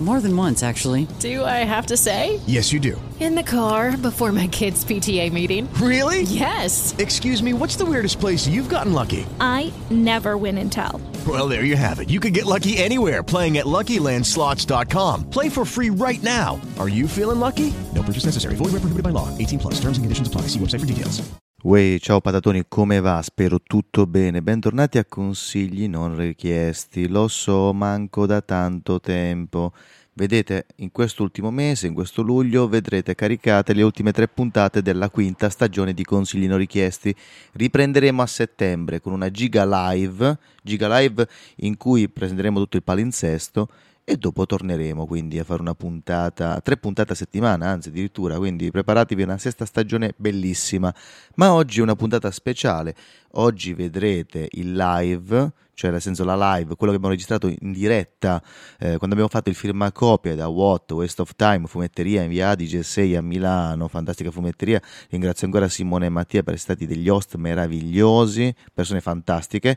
More than once, actually. Do I have to say? Yes, you do. In the car before my kids' PTA meeting. Really? Yes. Excuse me, what's the weirdest place you've gotten lucky? I never win and tell. Well, there you have it. You can get lucky anywhere playing at LuckyLandSlots.com. Play for free right now. Are you feeling lucky? No purchase necessary. Void where prohibited by law. 18 plus. Terms and conditions apply. See website for details. Uè, ciao patatoni, come va? Spero tutto bene. Bentornati a Consigli non richiesti. Lo so, manco da tanto tempo. Vedete, in quest'ultimo mese, in questo luglio, vedrete caricate le ultime tre puntate della quinta stagione di Consigli non richiesti. Riprenderemo a settembre con una giga live, giga live in cui presenteremo tutto il palinsesto e dopo torneremo quindi a fare una puntata, tre puntate a settimana, anzi addirittura, quindi preparatevi a una sesta stagione bellissima. Ma oggi è una puntata speciale. Oggi vedrete il live, cioè nel senso la live, quello che abbiamo registrato in diretta eh, quando abbiamo fatto il firmacopia da What, Waste of Time, fumetteria in via Adige 6 a Milano, fantastica fumetteria. Ringrazio ancora Simone e Mattia per essere stati degli host meravigliosi, persone fantastiche.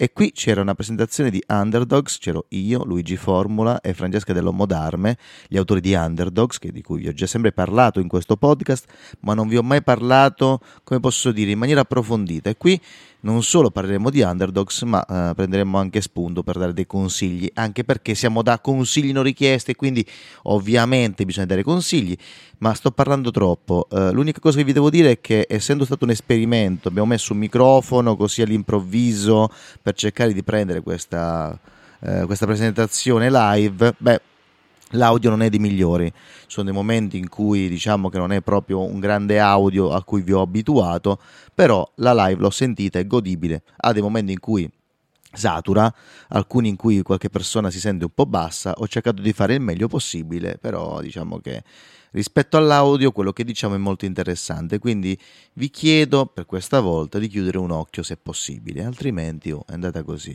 E qui c'era una presentazione di Underdogs, c'ero io, Luigi Formula e Francesca Dell'Uomo d'Arme, gli autori di Underdogs, che- di cui vi ho già sempre parlato in questo podcast, ma non vi ho mai parlato, come posso dire, in maniera approfondita. E qui non solo parleremo di Underdogs, ma eh, prenderemo anche spunto per dare dei consigli, anche perché siamo da consigli non richiesti, quindi ovviamente bisogna dare consigli, ma sto parlando troppo. Eh, l'unica cosa che vi devo dire è che essendo stato un esperimento, abbiamo messo un microfono così all'improvviso per cercare di prendere questa, eh, questa presentazione live, beh, l'audio non è dei migliori. Sono dei momenti in cui diciamo che non è proprio un grande audio a cui vi ho abituato, però la live l'ho sentita, è godibile. Ha dei momenti in cui satura, alcuni in cui qualche persona si sente un po' bassa, ho cercato di fare il meglio possibile, però diciamo che rispetto all'audio quello che diciamo è molto interessante, quindi vi chiedo per questa volta di chiudere un occhio se possibile, altrimenti oh, è andata così.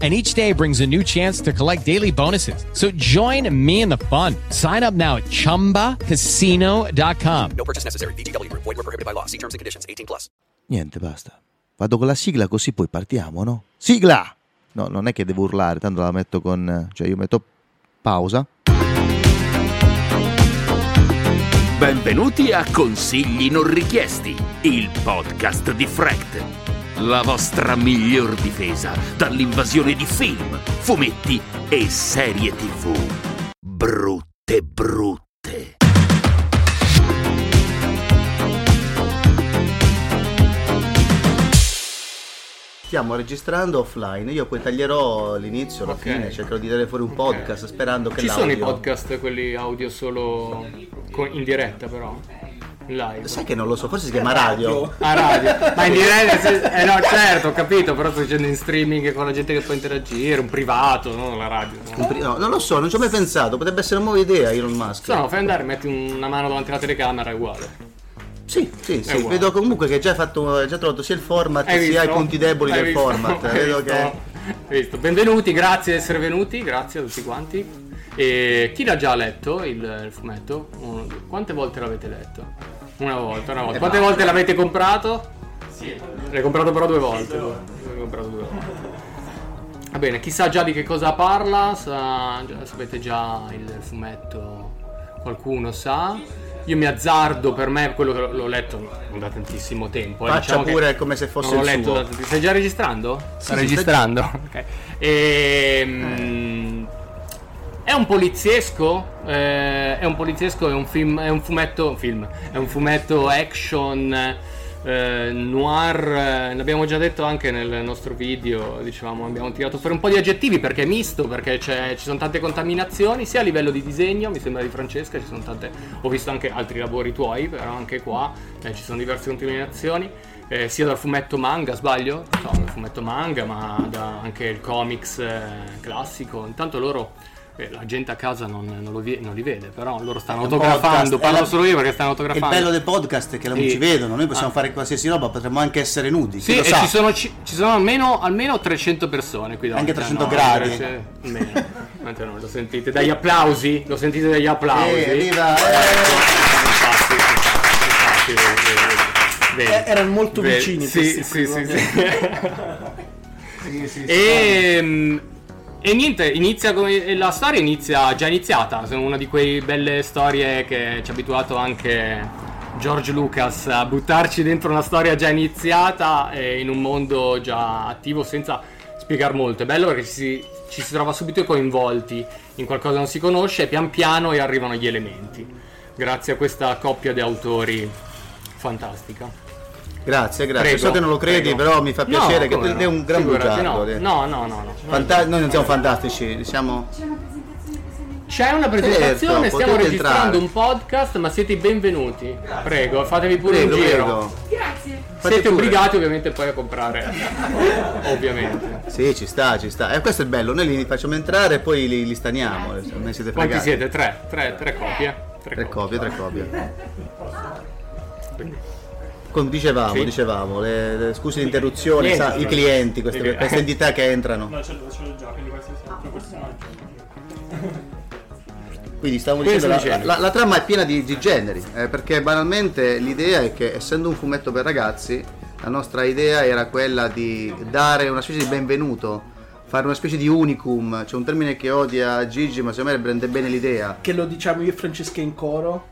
And each day brings a new chance to collect daily bonuses. So join me in the fun. Sign up now at chumbacasino.com. Niente, basta. Vado con la sigla così poi partiamo, no? Sigla! No, non è che devo urlare, tanto la metto con... cioè io metto pausa. Benvenuti a Consigli non richiesti, il podcast di Fract. La vostra miglior difesa dall'invasione di film, fumetti e serie tv. Brutte brutte. Stiamo registrando offline, io poi taglierò l'inizio, alla Ok. fine, cercherò di dare fuori un Ok. podcast sperando che Ci l'audio... sono i podcast, quelli audio solo co- in diretta però, live. Sai che non lo so, forse si chiama radio. A radio. Ma in diretta, se- eh no certo, ho capito, però sto dicendo in streaming con la gente che può interagire, un privato, non la radio. Un No. pri- No, non lo so, non ci ho mai pensato, potrebbe essere una nuova idea Elon Musk. Se no, fai andare, metti una mano davanti alla telecamera, è uguale. Sì, sì, sì. uguale. Vedo comunque che hai già, fatto, hai già trovato sia il format Eh, Hai sia visto? i punti deboli Hai del visto? format. Hai Vedo visto? che. Hai visto? Benvenuti, grazie di essere venuti, grazie a tutti quanti. E chi l'ha già letto il, il fumetto? Uno, due. Quante volte l'avete letto? Una volta, Eh, una volta. Quante volte l'avete comprato? Sì. L'hai comprato però due volte. L'hai comprato due volte. Va bene, chissà già di che cosa parla, sa- già- sapete già il fumetto, qualcuno sa. Io mi azzardo, per me quello che l'ho- l'ho letto non da tantissimo tempo. eh, Faccia diciamo che- pure come se fosse non l'ho il letto suo. da tanti- Stai già registrando? sì, registrando. Ok. Ehm, È un poliziesco? Eh, è un poliziesco, è un film, è un fumetto, film, è un fumetto action eh, noir, eh, l'abbiamo già detto anche nel nostro video, dicevamo, abbiamo tirato fuori un po' di aggettivi perché è misto, perché c'è- ci sono tante contaminazioni, sia a livello di disegno, mi sembra di Francesca, ci sono tante, ho visto anche altri lavori tuoi, però anche qua eh, ci sono diverse contaminazioni. eh, sia dal fumetto manga, sbaglio? No, dal fumetto manga, ma da anche il comics eh, classico. Intanto loro eh, la gente a casa non, non lo vi- non li vede, però loro stanno autografando. podcast, Parlo è la- solo io perché stanno Il autografando. bello del podcast è che non Sì. ci vedono, noi possiamo Ah. fare qualsiasi roba, potremmo anche essere nudi. Sì, chi lo e sa? ci sono, ci- ci sono almeno, almeno 300 persone qui davanti. Anche 300 gradi. gradi. Almeno. Tanto non lo sentite dagli applausi? Lo sentite dagli applausi? Ecco, Eh, viva, eh. Infatti, infatti, infatti, eh, vedi. Eh, erano molto Vedi. vicini Sì, questi sì, qui, sì, vabbè. Sì, sì, sì. E, ehm, e niente, inizia come, la storia inizia già iniziata. Sono una di quelle belle storie che ci ha abituato anche George Lucas a buttarci dentro una storia già iniziata e in un mondo già attivo senza spiegar molto. È bello perché ci si, ci si trova subito coinvolti in qualcosa che non si conosce e pian piano e arrivano gli elementi. Grazie a questa coppia di autori fantastica. Grazie, grazie. Prego, so che non lo credi, prego. però mi fa No, piacere che come te no? dai un gran Figurati, bugiardo. dai. No, no, no, no. no. Fanta- noi non siamo fantastici, siamo C'è una presentazione, Certo, stiamo potete entrare. registrando un podcast, ma siete i benvenuti. Prego, fatevi pure Prego, un giro. prego. Fate Siete pure. Eh, obbligati ovviamente poi a comprare. ovviamente. Sì, ci sta, ci sta. E questo è bello, noi li facciamo entrare e poi li, li staniamo. Eh, Ne siete Quanti fregati. siete? Tre, tre, tre copie. Tre, Tre copie, copie. tre copie. Come dicevamo, Sì. dicevamo, le, le- scusi l'interruzione, Niente, sa, i cioè. clienti, queste, Sì. queste entità che entrano. Quindi stavo Quindi dicendo, la, stavo dicendo. la- la trama è piena di, di generi, eh, perché banalmente l'idea è che essendo un fumetto per ragazzi, la nostra idea era quella di dare una specie di benvenuto, fare una specie di unicum, c'è un termine che odia Gigi, ma secondo me prende bene l'idea. Che lo diciamo io e Francesca in coro.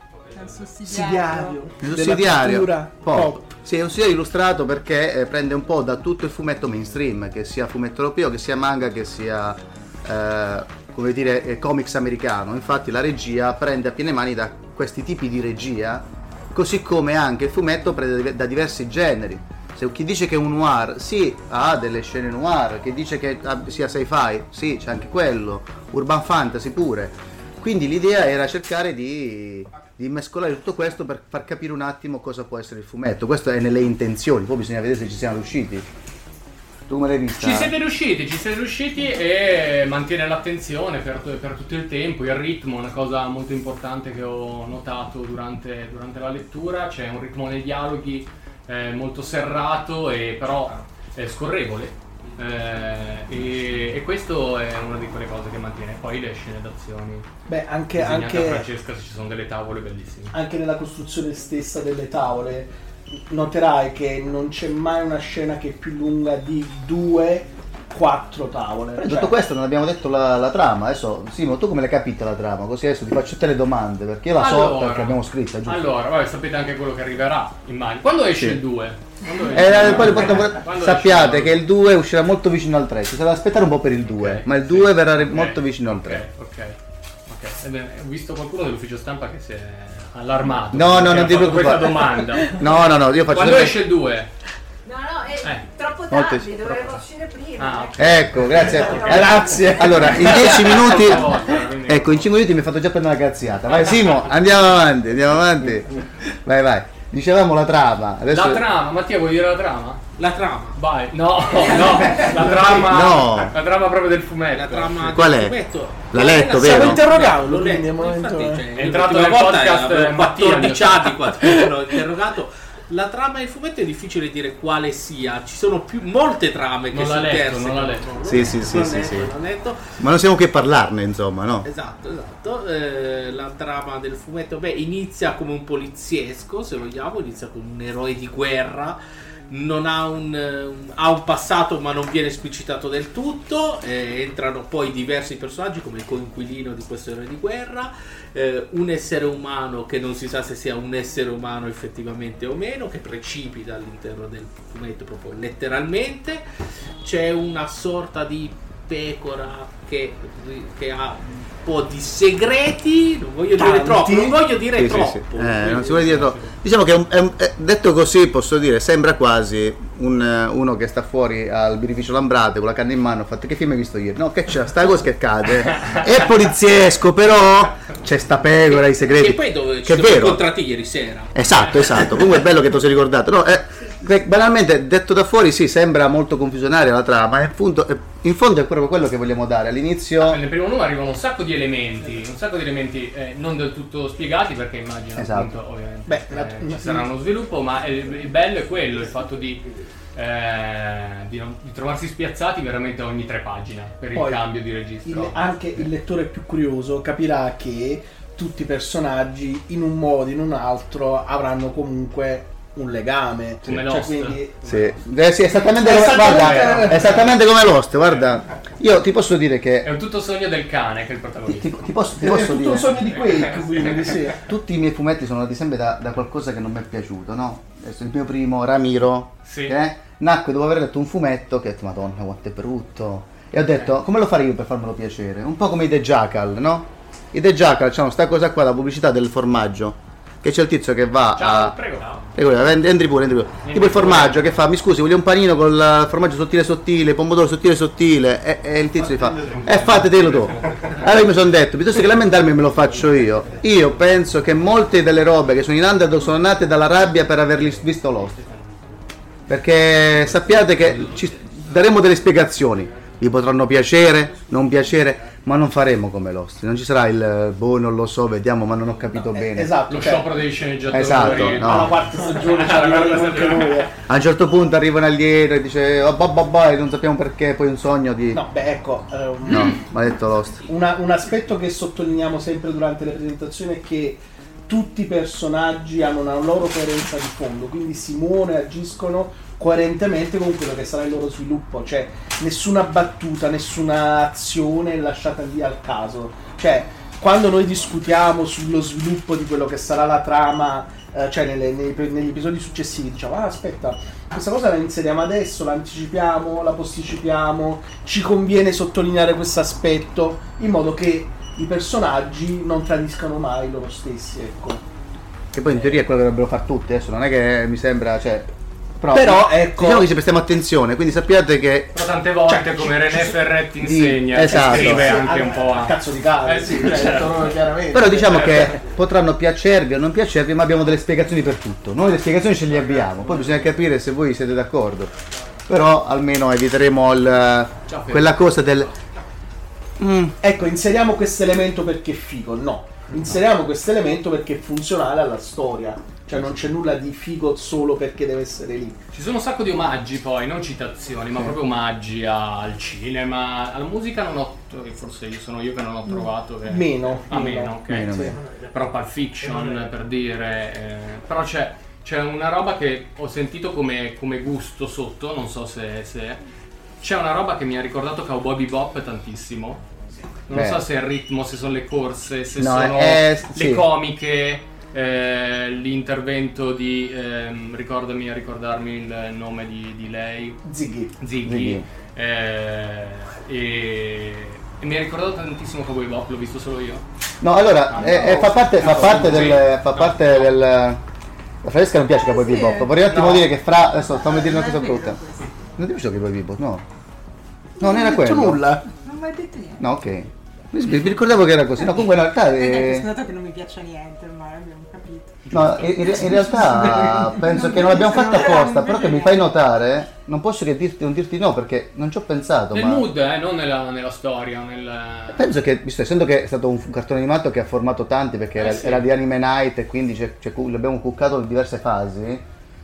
Sussidiario. Il della sussidiario cultura pop. pop. Sì, è un sussidiario illustrato perché eh, prende un po' da tutto il fumetto mainstream, che sia fumetto europeo, che sia manga, che sia eh, come dire eh, comics americano. Infatti la regia prende a piene mani da questi tipi di regia, così come anche il fumetto prende da diversi generi. Se chi dice che è un noir, sì, ha delle scene noir, chi dice che ah, sia sci-fi, sì, c'è anche quello, urban fantasy pure. Quindi l'idea era cercare di, di mescolare tutto questo per far capire un attimo cosa può essere il fumetto. Questo è nelle intenzioni, poi bisogna vedere se ci siamo riusciti. Tu me l'hai vista? Ci siete riusciti, ci siete riusciti e mantiene l'attenzione per, per tutto il tempo, il ritmo, una cosa molto importante che ho notato durante, durante la lettura, c'è un ritmo nei dialoghi eh, molto serrato e però eh, scorrevole eh, e, e questo è una di quelle cose che mantiene poi le scene d'azione. Beh, anche, disegnate da anche, Francesca ci sono delle tavole bellissime. anche nella costruzione stessa delle tavole noterai che non c'è mai una scena che è più lunga di due, quattro tavole. Però in Cioè, Tutto questo non abbiamo detto la, la trama, adesso Simo, tu come l'hai capita la trama? Così adesso ti faccio tutte le domande, perché io la so perché abbiamo scritta, giusto? Allora, vabbè, sapete anche quello che arriverà, immagino. Quando esce il 2? Eh, poi riporto pure- sappiate che il 2 uscirà molto vicino al 3, ci sarà da aspettare un po' per il 2, ma il 2 verrà re- molto vicino al 3. Ok, ok. ok. Eh beh, ho visto qualcuno dell'ufficio stampa che si è allarmato. No, no, perché non ha ti fatto preoccupare. questa domanda. No, no, no, io faccio Quando sempre- esce il 2? No, no, è Eh. troppo Molto tardi, sì, dovremmo uscire prima. Ah, ok. Ecco, grazie. grazie. Allora, in 10 minuti. Ecco, in 5 minuti mi hai fatto già prendere una cazziata. Vai, Simo, andiamo avanti, andiamo avanti. Vai, vai. Dicevamo la trama. Adesso... La trama, Mattia vuoi dire la trama? La trama. Vai. No, no, la trama. No. La trama proprio del fumetto. La trama. Qual è? L'ha letto, Stiamo vero? interrogando, quindi al momento... cioè, È entrato nel podcast eh, Mattia. mi sa. La trama del fumetto è difficile dire quale sia, ci sono più, molte trame Non l'ha letto, non l'ha letto. Sì, sì, sì, sì, sì. detto. Ma non siamo che parlarne, insomma, no? Esatto, esatto. Eh, la trama del fumetto, beh, inizia come un poliziesco, se vogliamo, inizia come un eroe di guerra. Non ha un, eh, un- ha un passato, ma non viene esplicitato del tutto. eh, entrano poi diversi personaggi, come il coinquilino di questo eroe di guerra, eh, un essere umano che non si sa se sia un essere umano effettivamente o meno, che precipita all'interno del fumetto proprio letteralmente. C'è una sorta di pecora che, che ha un po' di segreti. Non voglio dire Tanti. troppo, non voglio dire Sì, sì, troppo. sì. Eh, non si vuole dire troppo. Diciamo che è un- è un- è- detto così, posso dire, sembra quasi un, eh, uno che sta fuori al birrificio Lambrate con la canna in mano. ha Fatto che film hai visto ieri? No, che c'è? Sta cosa che cade. È poliziesco, però c'è sta pecora, i segreti. E poi dove ci Che è siamo vero. incontrati ieri sera. Esatto, esatto. Comunque è bello che tu sei ricordato. No, eh, beh, banalmente, detto da fuori, sì, sembra molto confusionaria la trama. È appunto, è- in fondo è proprio quello che vogliamo dare. All'inizio. Ah, Nel primo numero arrivano un sacco di elementi, un sacco di elementi eh, non del tutto spiegati perché immagino Esatto. appunto ovviamente Beh, eh, la- mm. ci sarà uno sviluppo, ma il, il bello è quello, il fatto di, eh, di non- di trovarsi spiazzati veramente ogni tre pagine per Poi, il cambio di registro. Il- anche il lettore più curioso capirà che tutti i personaggi in un modo o in un altro avranno comunque un legame Come Cioè, Lost. quindi- Sì, Eh, sì, esattamente, come- Esattamente- eh. guarda, esattamente come Lost. Guarda, io ti posso dire che È un tutto sogno del cane che è il protagonista. Ti posso, ti posso È tutto dire? un sogno di Quake, quindi, sì. Tutti i miei fumetti sono andati sempre da, da qualcosa che non mi è piaciuto, no? Adesso il mio primo, Ramiro, Sì. che nacque dopo aver letto un fumetto che ho detto, madonna quanto è brutto. E ho Eh. detto, come lo farei io per farmelo piacere? Un po' come i The Jackal, no? I The Jackal, c'hanno sta cosa qua, la pubblicità del formaggio. Che c'è il tizio che va Ciao, a... prego. E quello, "Ent- entri pure, entri pure. tipo il formaggio che fa, mi scusi, voglio un panino con il formaggio sottile sottile, pomodoro sottile sottile. E, e il tizio gli fa, e fatelo tu. Allora io mi sono detto, piuttosto che lamentarmi me lo faccio io. Io penso che molte delle robe che sono in underdog sono nate dalla rabbia per averli visto Lost. Perché sappiate che ci daremo delle spiegazioni. Vi potranno piacere, non piacere, ma non faremo come Lost. Non ci sarà il eh, boh, non lo so, vediamo, ma non ho capito bene. esatto, Lo cioè- sciopero dei sceneggiatori. Esatto, no. alla quarta stagione ci arriveremo anche noi. A un certo punto arrivano allieto e dice oh, bah, bah, bah", e non sappiamo perché, poi un sogno di... No, beh, ecco, ehm, No, maledetto Lost. una- un aspetto che sottolineiamo sempre durante le presentazioni è che tutti i personaggi hanno una loro coerenza di fondo, quindi si muovono e agiscono coerentemente con quello che sarà il loro sviluppo, cioè nessuna battuta, nessuna azione è lasciata lì al caso. Cioè, quando noi discutiamo sullo sviluppo di quello che sarà la trama, eh, cioè nelle- nei- negli episodi successivi, diciamo, ah aspetta, questa cosa la inseriamo adesso, la anticipiamo, la posticipiamo, ci conviene sottolineare questo aspetto, in modo che i personaggi non tradiscano mai loro stessi, ecco. Che poi in teoria è quello che dovrebbero fare tutti, adesso non è che mi sembra, cioè... Però, ecco- Diciamo che ci prestiamo attenzione, quindi sappiate che... Però tante volte, come René Ferretti Cioè, Di- insegna, esatto. scrive Sì, anche un po' a... Cazzo di cane, Eh sì, cioè, certo. detto chiaramente. Però diciamo che potranno piacervi o non piacervi, ma abbiamo delle spiegazioni per tutto. Noi le spiegazioni ce le abbiamo, poi bisogna capire se voi siete d'accordo. Però almeno eviteremo il- quella cosa del... Mm, ecco, inseriamo questo elemento perché è figo. No, inseriamo questo elemento perché è funzionale alla storia. Cioè non c'è nulla di figo solo perché deve essere lì. Ci sono un sacco di omaggi poi, non citazioni, ma proprio omaggi a- al cinema, alla musica non ho, forse io- sono io che non ho trovato. che- Meno, Ah, meno. meno, ok. Mm. Meno, Sì. meno. Però Pulp Fiction, per dire. eh, però c'è, c'è una roba che ho sentito come, come gusto sotto, non so se, se- C'è una roba che mi ha ricordato Cowboy Bebop tantissimo. Non Beh. so se è il ritmo, se sono le corse, se No, sono è- le sì. comiche, eh, l'intervento di... ehm, ricordami a ricordarmi il nome di, di lei, Ziggy. Ziggy. Ziggy. eh, e, e mi ha ricordato tantissimo Cowboy Bop, l'ho visto solo io. No, allora, Ah, eh, no. eh, fa parte, fa No, parte sì. del... Fa No. parte del... La fresca non piace Cowboy Bebop, vorrei un attimo No. Eh, dire che fra... Adesso fammi dire una cosa brutta. Non ti piace Cowboy Bebop? No. Eh, No, non era detto quello. nulla. Non mi hai detto niente. No, ok. Mi, mi ricordavo che era così. No, comunque in realtà... Eh, dai, eh, questo dato che non mi piace niente, ormai abbiamo capito. No, in, in- in realtà penso che non l'abbiamo fatta apposta, però che mi fai notare, non posso che dirti, non dirti no perché non ci ho pensato, Nel ma mood, eh, non nella, nella storia, nel... penso che, visto essendo che è stato un f- cartone animato che ha formato tanti perché era, sì. era di Anime Night e quindi c'è- c'è cu- l'abbiamo cuccato in diverse fasi,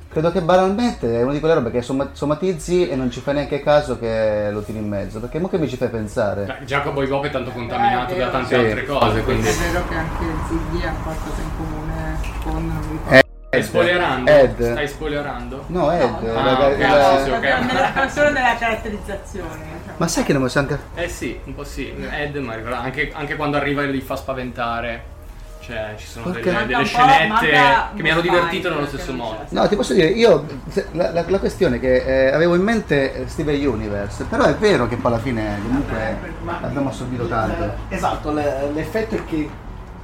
credo che banalmente è una di quelle robe che somma- somatizzi e non ci fai neanche caso che lo tiri in mezzo, perché mo che mi ci fai pensare? Beh, già Cowboy Bop è tanto contaminato Eh, è da vero. tante Sì. altre cose, quindi... È vero che anche Ziggy ha qualcosa in comune con... non mi ricordo. Eh, Ed. Stai spoilerando? Ed. Stai spoilerando? No, Ed. No, Ah, la- la- ok, la- sì, sì, ok. Proprio nella- solo nella caratterizzazione. cioè. Ma sai che non mi sono anche... Eh. Eh sì, un po' sì. Ed, ma arriverà anche, anche quando arriva e li fa spaventare. Cioè, ci sono Perché? delle, Manca delle un po', scenette manca che mi hanno Mufai, divertito nello perché stesso non modo. No, ti posso dire, io se- la, la- la questione è che eh, avevo in mente eh, Steven Universe, però è vero che poi alla fine comunque abbiamo assorbito tanto. Esatto, le- l'effetto è che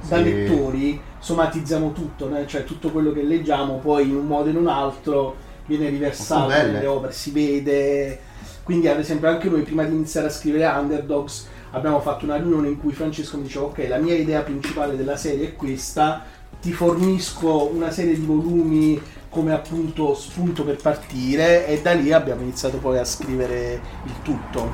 da Sì. lettori somatizziamo tutto, né? cioè tutto quello che leggiamo poi in un modo o in un altro viene riversato Oh, belle. nelle opere, si vede. Quindi ad esempio anche noi prima di iniziare a scrivere Underdogs abbiamo fatto una riunione in cui Francesco mi diceva ok la mia idea principale della serie è questa, ti fornisco una serie di volumi come appunto spunto per partire e da lì abbiamo iniziato poi a scrivere il tutto.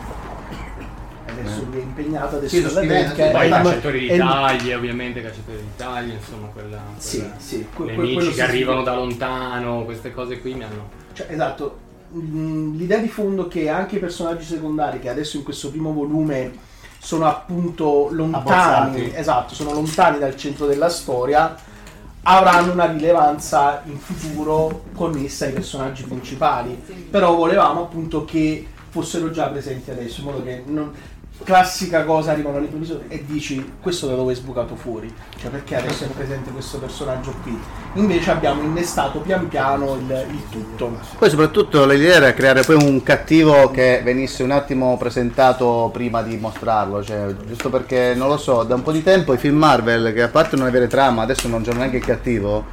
Adesso lui è impegnato, adesso Eh. Sì, lo alla scrivete, teca, Poi è i il- cacciatori è il- d'Italia, ovviamente, cacciatori d'Italia, insomma, quella. Sì, quella- sì, que- gli que- quello amici sì, che sì. arrivano da lontano, queste cose qui mi hanno. Cioè, esatto, Mm, l'idea di fondo è che anche i personaggi secondari che adesso in questo primo volume sono appunto lontani, Abbozzati. esatto, sono lontani dal centro della storia, avranno una rilevanza in futuro connessa ai personaggi principali. Però volevamo appunto che fossero già presenti adesso, in modo che non- classica cosa arrivano all'improvviso e dici questo da dove è sbucato fuori cioè perché adesso è presente questo personaggio qui invece abbiamo innestato pian piano il, il tutto Poi soprattutto l'idea era creare poi un cattivo che venisse un attimo presentato prima di mostrarlo, cioè, giusto perché non lo so, da un po' di tempo i film Marvel che a parte non avere trama, adesso non c'è neanche il cattivo,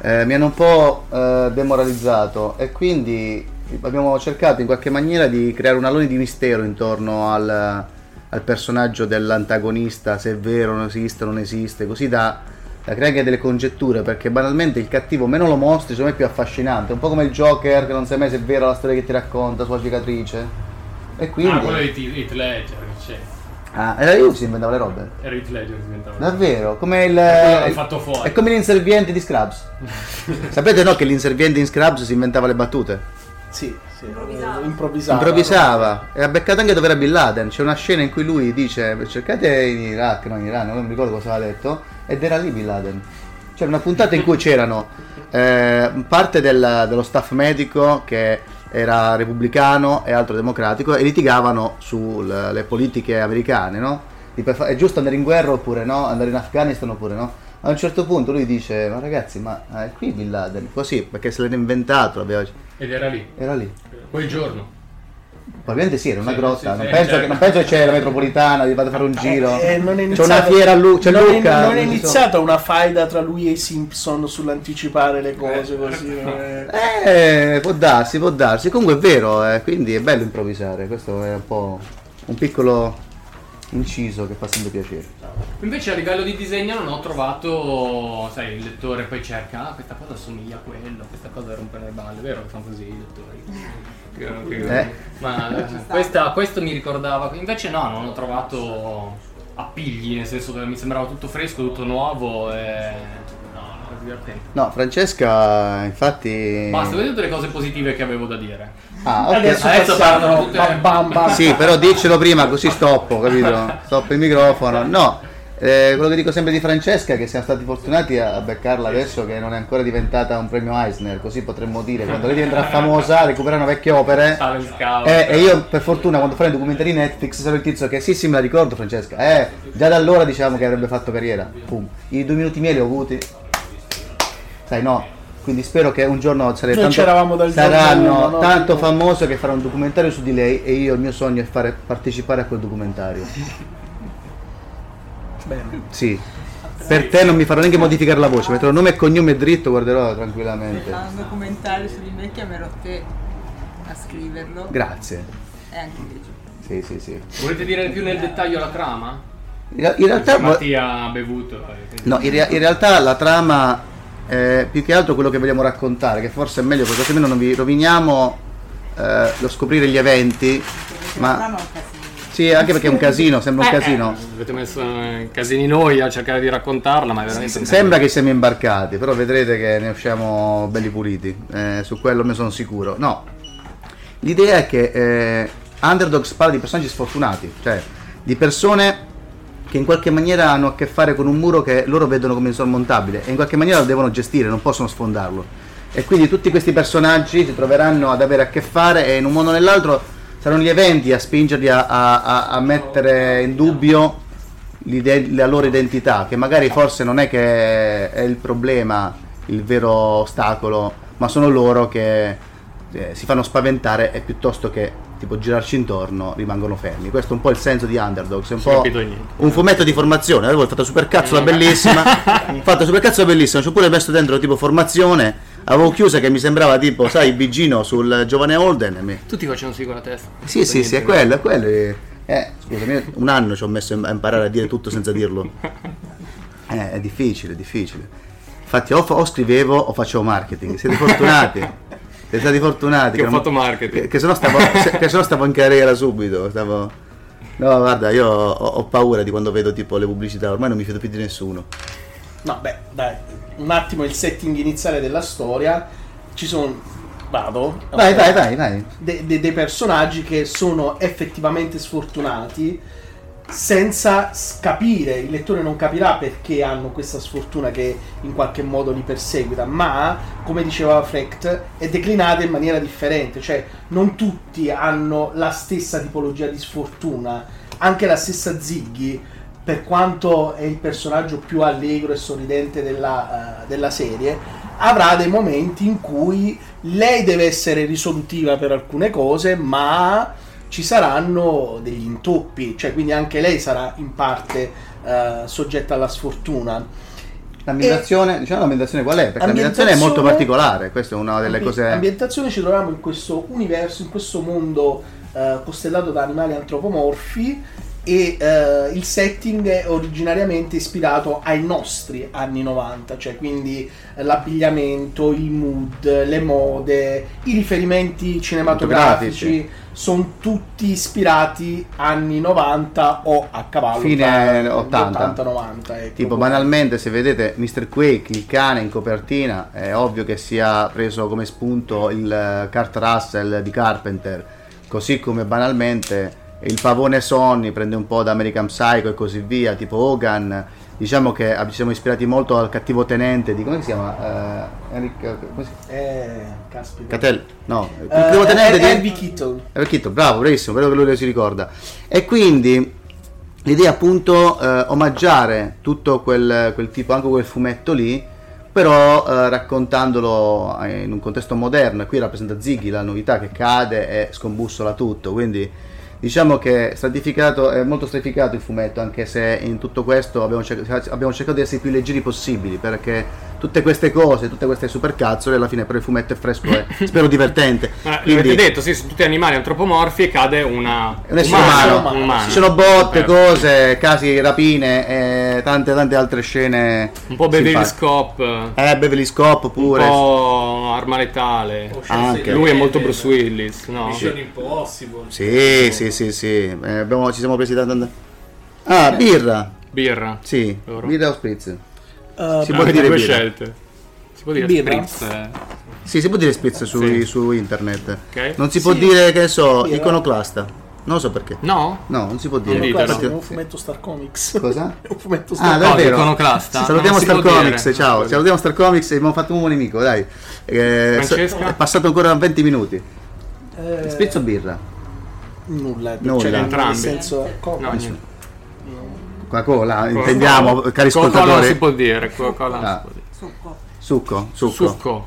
eh, mi hanno un po' eh, demoralizzato e quindi abbiamo cercato in qualche maniera di creare un alone di mistero intorno al, al personaggio dell'antagonista, se è vero, non esiste, non esiste, così da, da creare anche delle congetture, perché banalmente il cattivo meno lo mostri, secondo me è più affascinante, un po' come il Joker che non sai mai se è vera la storia che ti racconta, sua cicatrice. E quindi... Ah, quello di Heath- Heath Ledger, che c'è. Ah, era io che si inventava le robe. Era Heath Ledger che diventava. Davvero? Come il. E poi l'hanno fatto fuori. È come l'inserviente di Scrubs. Sapete no che l'inserviente in Scrubs si inventava le battute? Sì, sì, eh, improvvisava. Esatto. Improvvisava. E ha beccato anche dove era Bin Laden. C'è una scena in cui lui dice cercate in Iraq, no in Iran, non mi ricordo cosa aveva detto. Ed era lì Bin Laden. C'era una puntata in cui c'erano eh, parte del- dello staff medico che era repubblicano e altro democratico e litigavano sulle politiche americane, no? Di per fa- è giusto andare in guerra oppure no? Andare in Afghanistan oppure no? A un certo punto lui dice, ma ragazzi, ma eh, è qui Bin Laden? Così, perché se l'era inventato, l'aveva... Ed era lì. Era lì. Quel giorno. Probabilmente sì, era una Sì, grotta. non, sì, sì, penso certo. che, non penso che c'è la metropolitana, gli vado a fare un giro. Eh, non è c'è iniziato- una fiera a Lu- c'è non è- Luca. non è ci sono- iniziata una faida tra lui e i Simpson sull'anticipare le cose così eh. Eh, può darsi, può darsi. Comunque è vero, eh, quindi è bello improvvisare. Questo è un po' un piccolo inciso che fa sempre piacere. Invece a livello di disegno non ho trovato, sai, il lettore poi cerca, ah, questa cosa assomiglia a quello, questa cosa rompe le balle, vero che fanno così i lettori? Che- che- Eh. Ma eh, questa- questo mi ricordava, invece no, non ho trovato appigli, nel senso che mi sembrava tutto fresco, tutto nuovo e... No, era divertente. No, Francesca, infatti. Basta, vedete tutte le cose positive che avevo da dire. Eh. Ah, ok. Adesso, adesso parlano tutte... Sì, però diccelo prima, così stoppo, capito? Stoppo il microfono. No, eh, quello che dico sempre di Francesca è che siamo stati fortunati a beccarla adesso che non è ancora diventata un premio Eisner, così potremmo dire quando lei diventerà famosa, recuperano vecchie opere. Silent Scout. Eh, e io per fortuna quando farò i documentari Netflix sarò il tizio che sì sì me la ricordo Francesca eh già da allora diciamo che avrebbe fatto carriera Pum. i due minuti miei li ho avuti sai no quindi spero che un giorno sarei Noi tanto, c'eravamo dal giorno saranno uno, no? tanto famoso che farò un documentario su di lei e io il mio sogno è fare, partecipare a quel documentario Bene. sì per te non mi farò neanche modificare la voce metterò nome e cognome dritto guarderò tranquillamente Fa un documentario su di me, chiamerò te a scriverlo. grazie E anche invece. sì sì sì Volete dire più nel dettaglio la trama? in in realtà vo- Mattia ha bevuto. eh, quindi- No, in, rea- in realtà la trama è più che altro quello che vogliamo raccontare, che forse è meglio perché almeno non vi roviniamo eh, lo scoprire gli eventi. Ma sì, anche perché è un casino, sembra un Eh, eh, casino. avete messo in casini noi a cercare di raccontarla, ma è veramente. un Sembra che siamo imbarcati, però vedrete che ne usciamo belli puliti, eh, su quello ne sono sicuro. No, l'idea è che eh, Underdogs parla di personaggi sfortunati, cioè di persone che in qualche maniera hanno a che fare con un muro che loro vedono come insormontabile e in qualche maniera lo devono gestire, non possono sfondarlo. E quindi tutti questi personaggi si troveranno ad avere a che fare e in un modo o nell'altro saranno gli eventi a spingerli a, a- a- a mettere in dubbio l'ide- la loro identità, che magari forse non è che è il problema, il vero ostacolo, ma sono loro che eh, si fanno spaventare e piuttosto che tipo girarci intorno rimangono fermi. Questo è un po' il senso di Underdogs, è un Non ho po' capito niente. un fumetto di formazione, avevo fatto super cazzola bellissima, fatto super cazzola bellissima, ci ho pure messo dentro tipo formazione, avevo chiusa che mi sembrava tipo, sai, Bigino sul giovane Holden. e mi- Tutti facciano sì con la testa. Sì, sì, sì, è quello, è quello. Eh, scusami, un anno ci ho messo a imparare a dire tutto senza dirlo. Eh, è difficile, è difficile. Infatti o, fa- o scrivevo o facevo marketing, siete fortunati. Siete stati fortunati. Che ho non- fatto marketing. Che, che sennò stavo, se- che sennò stavo in carriera subito. Stavo... No, guarda, io ho, ho paura di quando vedo tipo le pubblicità, ormai non mi fido più di nessuno. No, beh, dai, un attimo il setting iniziale della storia. Ci sono. Vado. Vai, Ok. vai, vai, vai. De- de- dei personaggi che sono effettivamente sfortunati senza s- capire, il lettore non capirà perché hanno questa sfortuna che in qualche modo li perseguita, ma come diceva Frecht è declinata in maniera differente, cioè non tutti hanno la stessa tipologia di sfortuna, anche la stessa Ziggy, per quanto è il personaggio più allegro e sorridente della, eh, della serie, avrà dei momenti in cui lei deve essere risolutiva per alcune cose, ma ci saranno degli intoppi, cioè quindi anche lei sarà in parte eh, soggetta alla sfortuna. L'ambientazione, diciamo l'ambientazione qual è? Perché l'ambientazione è molto Ambientazione- particolare, questa è una delle Ambi- cose... Ambientazione ci troviamo in questo universo, in questo mondo eh, costellato da animali antropomorfi e eh, il setting è originariamente ispirato ai nostri anni 90, cioè quindi eh, l'abbigliamento, il mood, le mode, i riferimenti cinematografici Cinematografici. sono tutti ispirati anni 90 o a cavallo tra gli fine 80, 80-90. ecco. tipo banalmente se vedete Mr. Quake il cane in copertina è ovvio che sia preso come spunto il eh, Kurt Russell di Carpenter così come banalmente il pavone Sonny prende un po' da American Psycho e così via tipo Hogan diciamo che ab- ci siamo ispirati molto al cattivo tenente di come si chiama Eh, Eric come si Eh, caspita. Catel no il Eh, primo tenente di Harvey Keitel. Era Kitto, bravo, bravissimo, quello che lui si ricorda. E quindi l'idea appunto eh, omaggiare tutto quel, quel tipo, anche quel fumetto lì, però eh, raccontandolo eh, in un contesto moderno. E qui rappresenta Ziggy, la novità che cade e scombussola tutto. Quindi diciamo che è stratificato, è molto stratificato il fumetto, anche se in tutto questo abbiamo, cer- cioè, abbiamo cercato di essere i più leggeri possibili, perché tutte queste cose, tutte queste supercazzole, alla fine però il fumetto è fresco e spero divertente. Ma Quindi- l'avete Eh, detto, sì, sono tutti animali antropomorfi e cade una. è un essere umano, ci sono botte, cose, casi, rapine e tante tante altre scene. Un po' Beverly simpatiche. Scop. Eh, Beverly Scop pure. Un po' Arma Oh, Letale. Ah, Anche. Lui è molto Bruce Willis, no? Mission Impossible. Sì, sì, sì, sì. Eh, abbiamo- ci siamo presi da tante. Ah, birra. Birra. Sì, Loro. birra o spritz? Eh, si Ah, può le dire due birra. scelte. Si può dire Birra. spritz. eh. Sì, si può dire spritz su, Sì. su internet. Ok. Non si può Sì. dire che ne so, Birra. iconoclasta. Non lo so perché. No? No, non si può dire. Non ditelo. Guarda, Infatti- è un fumetto Star Comics. Cosa? È un fumetto Star Ah, Comics. davvero? Iconoclasta? Sì, Salutiamo Non si Star può Comics, cioè- dire. ciao. Non si può Salutiamo Star Comics e abbiamo fatto un nemico, dai. Eh, so- Francesca? è passato ancora 20 minuti. Eh, Spizzo birra. Nulla, Nulla. cioè, Entrambi. nel senso Cioè, co- No, niente. Coca-Cola, intendiamo, cari Coca-Cola non si ascoltatori. può dire. Coca-Cola non Ah. si può dire. Succo, succo. Succo.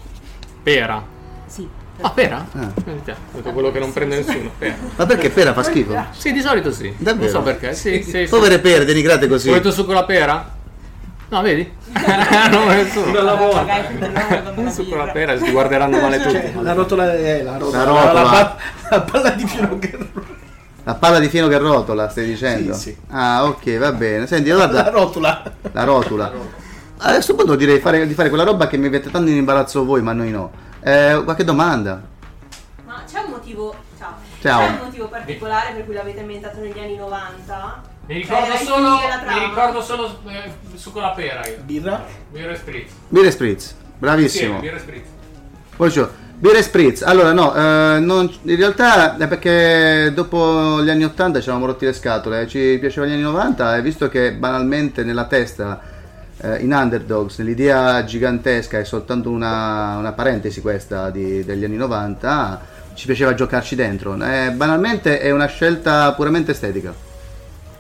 Pera. Sì. Ah, pera? Ah. Vedi te, ho detto quello che non prende nessuno. Pera. Ma perché pera fa schifo? Eh, Sì, di solito sì. Davvero? Eh, Non so perché. Sì, sì, sì. Povere pere, denigrate Ho così. detto succo alla pera? No, vedi? non vuole nessuno. lavoro. Succo alla pera, si guarderanno male cioè, tutti. la rotola è la La rotola, rotola. La, ba- la palla di Piero Guerrero. La palla di fieno che rotola, stai dicendo? Sì, sì. Ah, ok, va bene. Senti, La guarda, rotola. la rotula. A questo punto direi fare- di fare quella roba che mi avete tanto in imbarazzo voi, ma noi no. Eh, qualche domanda? Ma c'è un motivo. Ciao. Ciao. C'è un motivo particolare per cui l'avete inventato negli anni 90? Mi ricordo Cioè, solo- la trama. mi ricordo solo succo alla pera io. Birra. Birra e spritz. Birra e spritz, bravissimo. birra e spritz. Poi c'ho birra e spritz. Allora, no, eh, non- in realtà è perché dopo gli anni 80 ci eravamo rotti le scatole, ci piaceva gli anni 90 e visto che banalmente nella testa, eh, in Underdogs, l'idea gigantesca è soltanto una, una parentesi questa di- degli anni 90, ci piaceva giocarci dentro. Eh, banalmente è una scelta puramente estetica.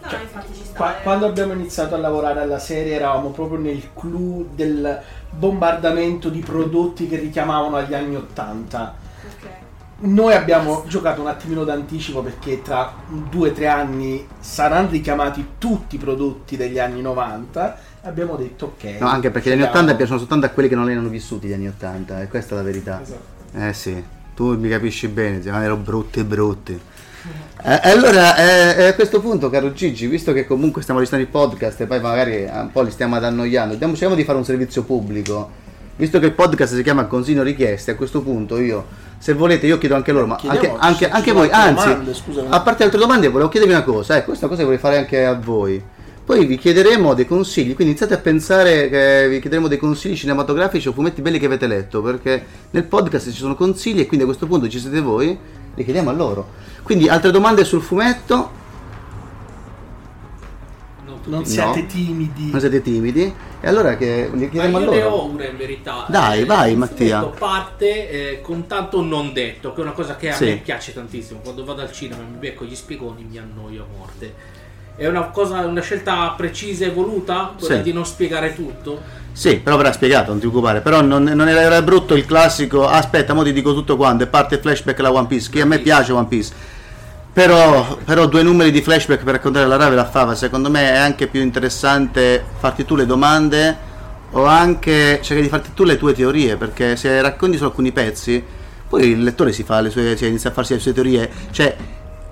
No, no, infatti ci sta. eh. Qua- pensare. quando abbiamo iniziato a lavorare alla serie eravamo proprio nel clou del bombardamento di prodotti che richiamavano agli anni 80. Noi abbiamo giocato un attimino d'anticipo perché tra due o tre anni saranno richiamati tutti i prodotti degli anni 90. Abbiamo detto ok. No, anche perché gli anni abbiamo- 80 piacciono soltanto a quelli che non li hanno vissuti gli anni 80, e questa è la verità. Eh sì, tu mi capisci bene, ti ero brutti brutti. Eh, allora, eh, eh, a questo punto, caro Gigi, visto che comunque stiamo registrando i podcast e poi magari eh, un po' li stiamo ad annoiando, diamo- cerchiamo di fare un servizio pubblico. Visto che il podcast si chiama Consiglio Richieste, a questo punto io, se volete, io chiedo anche loro, ma anche, Chiediamo anche- se ci anche sono voi, altre anzi, domande, scusami. a parte altre domande, volevo chiedervi una cosa, eh, questa cosa vorrei fare anche a voi. Poi vi chiederemo dei consigli, quindi iniziate a pensare che vi chiederemo dei consigli cinematografici o fumetti belli che avete letto, perché nel podcast ci sono consigli e quindi a questo punto ci siete voi, li chiediamo a loro. Quindi altre domande sul fumetto? Non siate No. timidi. Non siete timidi? E allora che li Ma chiediamo io a ne loro? ho una in verità. Dai, vai, il Mattia. fumetto parte eh, con tanto non detto, che è una cosa che a Sì. me piace tantissimo. Quando vado al cinema e mi becco gli spiegoni mi annoio a morte. È una, cosa, una scelta precisa e voluta, quella Sì. di non spiegare tutto. Sì, però verrà spiegato, non ti preoccupare. Però non, non era, era brutto il classico. Aspetta, mo ti dico tutto quanto. E parte il flashback la One Piece. Che a me piace One Piece. Però, però due numeri di flashback per raccontare la rave la fava. Secondo me è anche più interessante farti tu le domande. O anche cercare di farti tu le tue teorie. Perché se racconti solo alcuni pezzi, poi il lettore si fa le sue. Cioè, inizia a farsi le sue teorie. Cioè,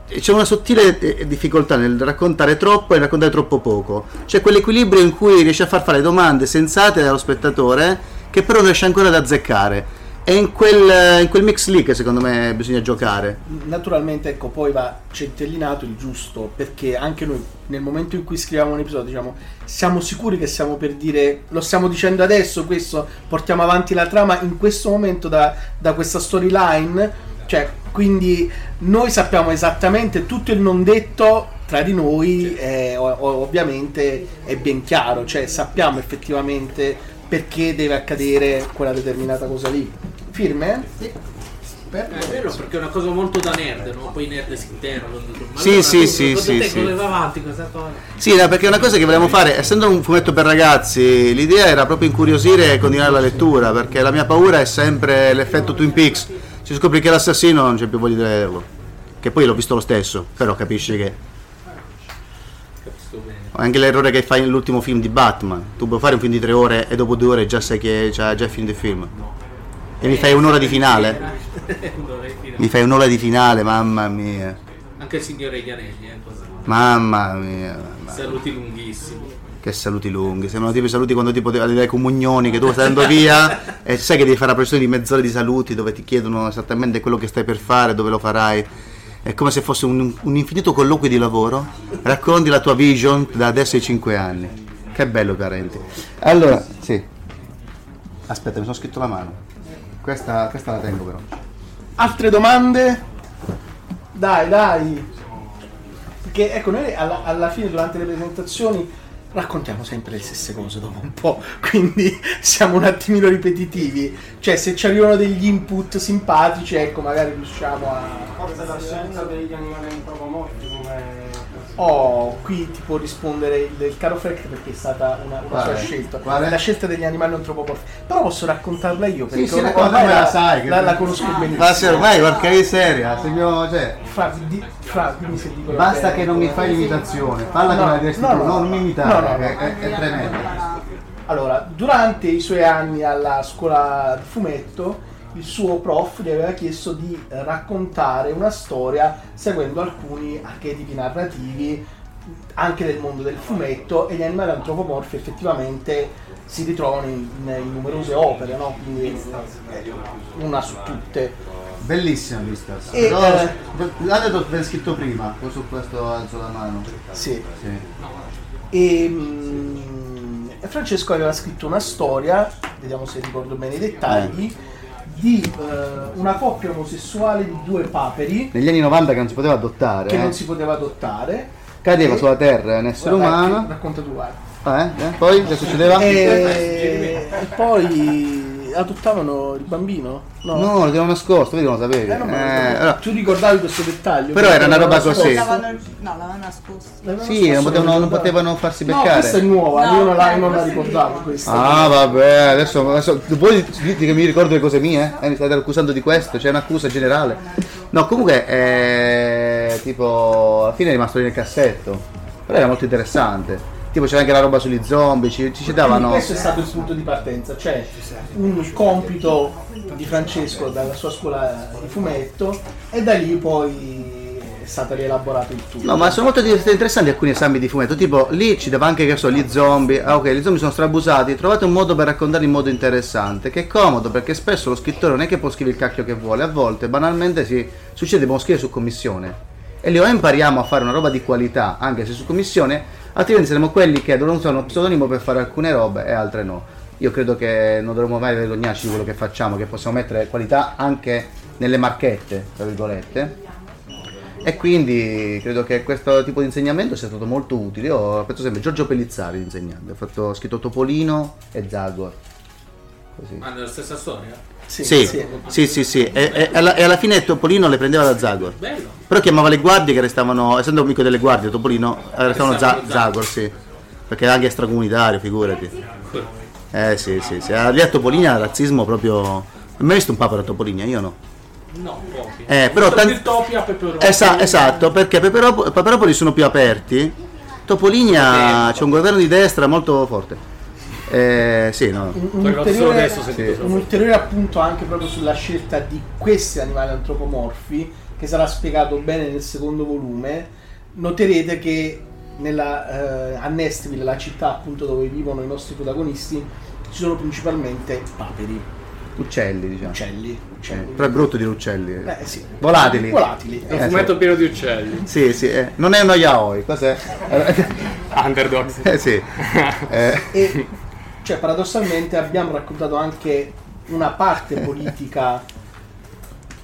c'è una sottile eh, difficoltà nel raccontare troppo e raccontare troppo poco. C'è quell'equilibrio in cui riesci a far fare domande sensate allo spettatore che però non riesci ancora ad azzeccare. È in quel, eh, in quel mix lì che secondo me bisogna giocare. Naturalmente, ecco, poi va centellinato il giusto, perché anche noi nel momento in cui scriviamo un episodio, diciamo, siamo sicuri che stiamo per dire, lo stiamo dicendo adesso, questo, portiamo avanti la trama in questo momento da, da questa storyline, cioè, quindi noi sappiamo esattamente tutto il non detto tra di noi, eh, o- o- ovviamente è ben chiaro, cioè sappiamo effettivamente perché deve accadere quella determinata cosa lì. Firme? Sì. È Eh, vero, perché è una cosa molto da nerd, no? Poi i nerd si interrogano. dicono, Ma Sì, allora, sì, tu, sì, secondo sì, te sì. come va avanti questa cosa? Sì, no, perché è una cosa che volevamo fare, essendo un fumetto per ragazzi, l'idea era proprio incuriosire e continuare la lettura, perché la mia paura è sempre l'effetto Twin Peaks. Si scopre che è l'assassino non c'è più voglia di vederlo. Che poi l'ho visto lo stesso, però capisci che Capisco bene. Anche l'errore che fai nell'ultimo film di Batman. Tu puoi fare un film di tre ore e dopo due ore già sai che c'ha- già è finito il film. E mi fai un'ora di finale. Un'ora di finale. Mi fai un'ora di finale, mamma mia. Anche il signore Ianelli, eh, cosa- Mamma mia. mamma- Saluti lunghissimi. Che saluti lunghi. Sembrano tipo i saluti quando tipo devi dai comunioni che tu stai andando via e sai che devi fare la pressione di mezz'ora di saluti dove ti chiedono esattamente quello che stai per fare, dove lo farai. È come se fosse un, un infinito colloquio di lavoro. Racconti la tua vision da adesso ai 5 anni. Che bello, parenti. Allora, sì. Aspetta, mi sono scritto la mano. Questa, questa la tengo però. Altre domande? Dai, dai. Perché ecco, noi alla, alla fine, durante le presentazioni, raccontiamo sempre le stesse cose dopo un po', quindi siamo un attimino ripetitivi. Cioè, se ci arrivano degli input simpatici, ecco, magari riusciamo a... Forse la scienza degli animali antropomorfi come... Oh, qui ti può rispondere il, il caro Freck perché è stata una, una Quale? sua scelta. Quale? La scelta degli animali non troppo forti. Però posso raccontarla io perché Sì, sì, ormai raccontamela, la, sai che- Ah, la, la conosco benissimo. Ma se ormai, porca di seria, se mio- cioè- Fra, di- fra, dimmi se dico la Basta bene. che non mi fai l'imitazione, falla come la diresti tu, no, non mi imitare, è- è- è tremendo. Allora, durante i suoi anni alla scuola di fumetto, il suo prof gli aveva chiesto di eh, raccontare una storia seguendo alcuni archetipi narrativi anche del mondo del fumetto e gli animali antropomorfi effettivamente si ritrovano in, in- in numerose opere, no? Quindi eh, una su tutte. Bellissima Vistas. E, Però, eh, l'aneddoto ben scritto prima, poi su questo alzo la mano. Sì. Sì. E mm, Francesco aveva scritto una storia, vediamo se ricordo bene i dettagli, di eh, una coppia omosessuale di due paperi Negli anni 90 che non si poteva adottare, che eh, non si Eh. poteva adottare. cadeva E- sulla terra un essere Guarda, umano. Ah, ecco, Racconta tu, guarda. Eh, eh, Poi che succedeva? E, e poi adottavano il bambino? No, No, l'abbiamo nascosto, vedi, non lo sapevi. Eh, non me lo Eh, ricordo. allora, tu ricordavi questo dettaglio? Però era una roba così. L'avevano- No, l'avevano nascosto. Sì, non potevano, non potevano farsi No, beccare. questa è nuova, No, io non la, eh, non la questa è ricordavo questa. Ah, vabbie, adesso, adesso voi dite che mi ricordo le cose mie? Eh, mi state accusando di questo, c'è un'accusa generale. No, comunque, eh, tipo, alla fine è rimasto lì nel cassetto. Però era molto interessante. Tipo, c'era anche la roba sugli zombie, ci, ci, ci Quindi davano. Questo è stato il punto di partenza, cioè un compito di Francesco dalla sua scuola di fumetto e da lì poi è stato rielaborato il tutto. No, ma sono molto divert- interessanti alcuni esami di fumetto. Tipo, lì ci dava anche che so, gli zombie. Ah, ok, gli zombie sono strabusati. Trovate un modo per raccontarli in modo interessante. Che è comodo, perché spesso lo scrittore non è che può scrivere il cacchio che vuole. A volte, banalmente, si succede che può scrivere su commissione. E lì o impariamo a fare una roba di qualità, anche se su commissione, altrimenti saremo quelli che devono usare uno pseudonimo per fare alcune robe e altre no. Io credo che non dovremmo mai vergognarci di quello che facciamo, che possiamo mettere qualità anche nelle marchette, tra virgolette. E quindi credo che questo tipo di insegnamento sia stato molto utile. Io penso sempre Giorgio Pellizzari l'insegnante, ho fatto ho scritto Topolino e Zagor. Così. Ma nella stessa storia? Sì, sì, sì, sì. E, e- e alla, e alla fine Topolino le prendeva da Zagor. Bello. Però chiamava le guardie che restavano, essendo amico delle guardie, Topolino, eh, restavano Za- Zagor, sì. Perché era anche stracomunitario, figurati. Eh sì, sì, sì. Ah, Lì a Topolina il razzismo proprio... Mi hai visto un papero a Topolina? Io no. No, pochi. Eh, però tanti... tanti- Esa- esatto, perché Peperop- Paperopoli sono più aperti. Topolinia c'è un governo di destra molto forte. Eh, sì, no. Un- un ulteriore- un ulteriore appunto anche proprio sulla scelta di questi animali antropomorfi, che sarà spiegato bene nel secondo volume, noterete che nella, eh, a Nestville, la città appunto dove vivono i nostri protagonisti, ci sono principalmente paperi. Uccelli, diciamo. Uccelli, uccelli. Però è brutto dire uccelli. Eh, sì. Volatili. Eh, Volatili. È un fumetto pieno di uccelli. Sì, sì, eh. non è uno yaoi, cos'è? Underdogs. Eh sì. Eh. E cioè, paradossalmente abbiamo raccontato anche una parte politica.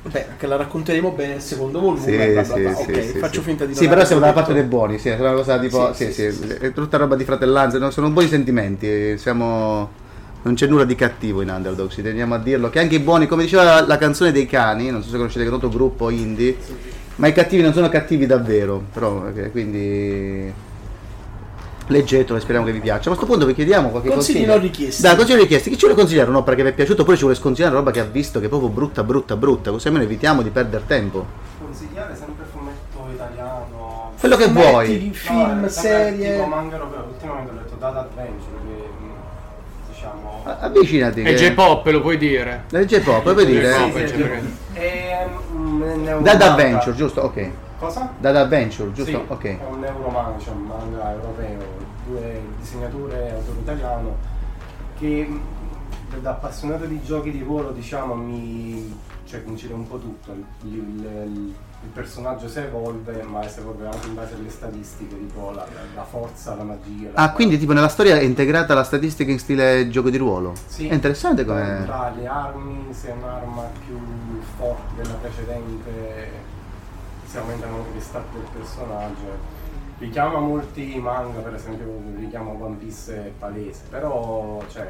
Beh, che la racconteremo bene nel secondo volume. Sì, bla bla sì, bla. sì, ok, sì, faccio sì. finta di non Sì, però aver siamo dalla detto. parte dei buoni, sì, è una cosa tipo sì, sì, è tutta roba di fratellanza, no? sono buoni sentimenti, siamo non c'è nulla di cattivo in Underdog, ci teniamo a dirlo, che anche i buoni, come diceva la canzone dei cani, non so se conoscete che noto gruppo indie, ma i cattivi non sono cattivi davvero, però ok, quindi leggetelo e speriamo che vi piaccia. A questo punto vi chiediamo qualche Consigli consiglio. non richiesti. Dai, consigli non richiesti. Chi ci vuole consigliare un'opera che vi è piaciuta oppure ci vuole sconsigliare una roba che ha visto che è proprio brutta, brutta, brutta, così almeno evitiamo di perdere tempo. Consigliare sempre fumetto italiano. Quello che Fumetti, vuoi. film, sempre serie. Tipo manga europeo. Ultimamente ho letto Data Adventure. Che mh, diciamo. A- Avvicinati. È che- J-pop, lo puoi dire. È J-pop, lo puoi dire. J-pop, Sì, sì, J-pop. E, mh, è Ehm, un Dad neuromanga. Adventure, giusto? Ok. Cosa? Dad Adventure, giusto? Sì, Ok. È un euromanga, cioè un manga europeo, due disegnature, autore italiano, che mh, da appassionato di giochi di ruolo, diciamo, mi cioè, coincide un po' tutto. Il, il- il- il personaggio si evolve, ma si evolve anche in base alle statistiche, tipo la, la- la forza, la magia. la- Ah, quindi tipo nella storia è integrata la statistica in stile gioco di ruolo? Sì. È interessante come... Tra le armi, se è un'arma più forte della precedente, si aumentano anche le stat del personaggio. Richiama molti manga, per esempio, richiama One Piece è palese, però, cioè,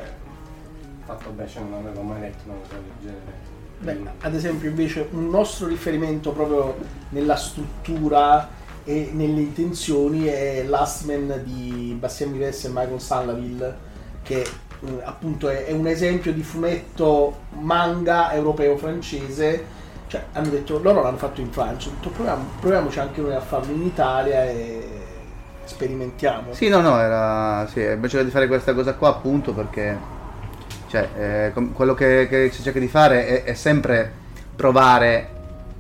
fatto bene, cioè, non avevo mai letto una cosa del genere. Beh, ad esempio, invece, un nostro riferimento proprio nella struttura e nelle intenzioni è Last Man di Bastien Vives e Michael Salaville, che eh, appunto è, è un esempio di fumetto manga europeo-francese. Cioè, hanno detto loro l'hanno fatto in Francia, hanno detto "Proviamo- proviamoci anche noi a farlo in Italia e sperimentiamo. Sì, no, no, era... Sì, è piacevole di fare questa cosa qua appunto perché... Cioè, eh, com- quello che, che si cerca di fare è, è sempre provare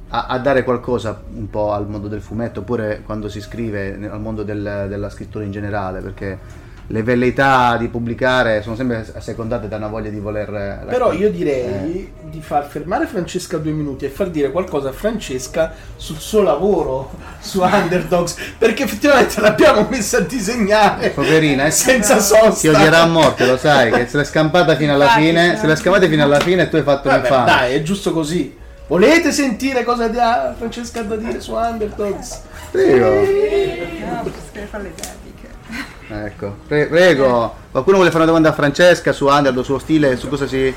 a, a dare qualcosa un po' al mondo del fumetto, oppure quando si scrive ne- al mondo del- della scrittura in generale, perché le velleità di pubblicare sono sempre assecondate da una voglia di voler... eh, raccontare. Però io Eh. direi di far fermare Francesca due minuti e far dire qualcosa a Francesca sul suo lavoro su Underdogs, perché effettivamente l'abbiamo messa a disegnare. Poverina, eh. Senza sosta. Ti odierà a morte, lo sai, che se l'è scampata fino alla Infatti, fine, infatti. se l'è scampata fino alla fine e tu hai fatto Vabbè, l'infame. dai, è giusto così. Volete sentire cosa ha Francesca da dire su Underdogs? Prego. No, per fare le dediche. Ecco, Pre- prego, qualcuno vuole fare una domanda a Francesca su Under, sul suo stile, su cosa si... eh,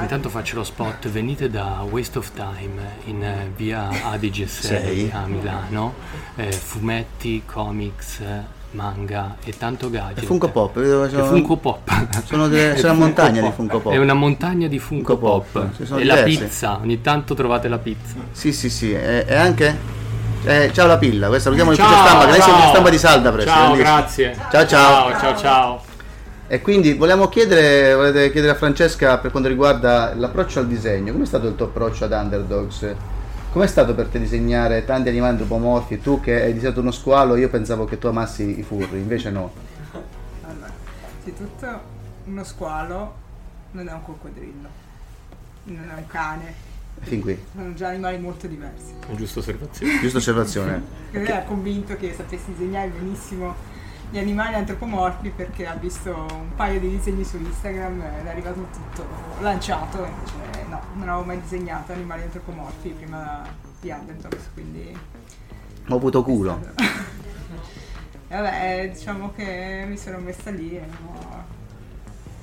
Intanto faccio lo spot, venite da Waste of Time in eh, via Adige 6 Sei. a Milano, Eh, fumetti, comics, eh, manga e tanto gadget. È Funko Pop, vedo che È Funko Pop. Sono delle- È c'è una Funko montagna di Pop. Funko Pop. È una montagna di Funko, Pop. ci sono E la diverse. pizza, ogni tanto trovate la pizza. Sì, sì, sì, e, e anche... eh, ciao la pilla, questa salutiamo l'ufficio Ciao, stampa, che lei ciao. è stampa di salda presso. Ciao, quindi- grazie. Ciao, ciao. Ciao, ciao, ciao. E quindi volevamo chiedere, volete chiedere a Francesca per quanto riguarda l'approccio al disegno, com'è stato il tuo approccio ad Underdogs? Com'è stato per te disegnare tanti animali antropomorfi? Tu che hai disegnato uno squalo, io pensavo che tu amassi i furri, invece no. Allora, innanzitutto uno squalo non è un coccodrillo, non è un cane, Fin qui, sono già animali molto diversi. Giusta osservazione. giusta osservazione. Lui era convinto che sapessi disegnare benissimo gli animali antropomorfi perché ha visto un paio di disegni su Instagram ed è arrivato tutto lanciato. Invece no, non avevo mai disegnato animali antropomorfi prima di Underdogs, quindi Ho avuto culo. E Vabbè, diciamo che mi sono messa lì e ho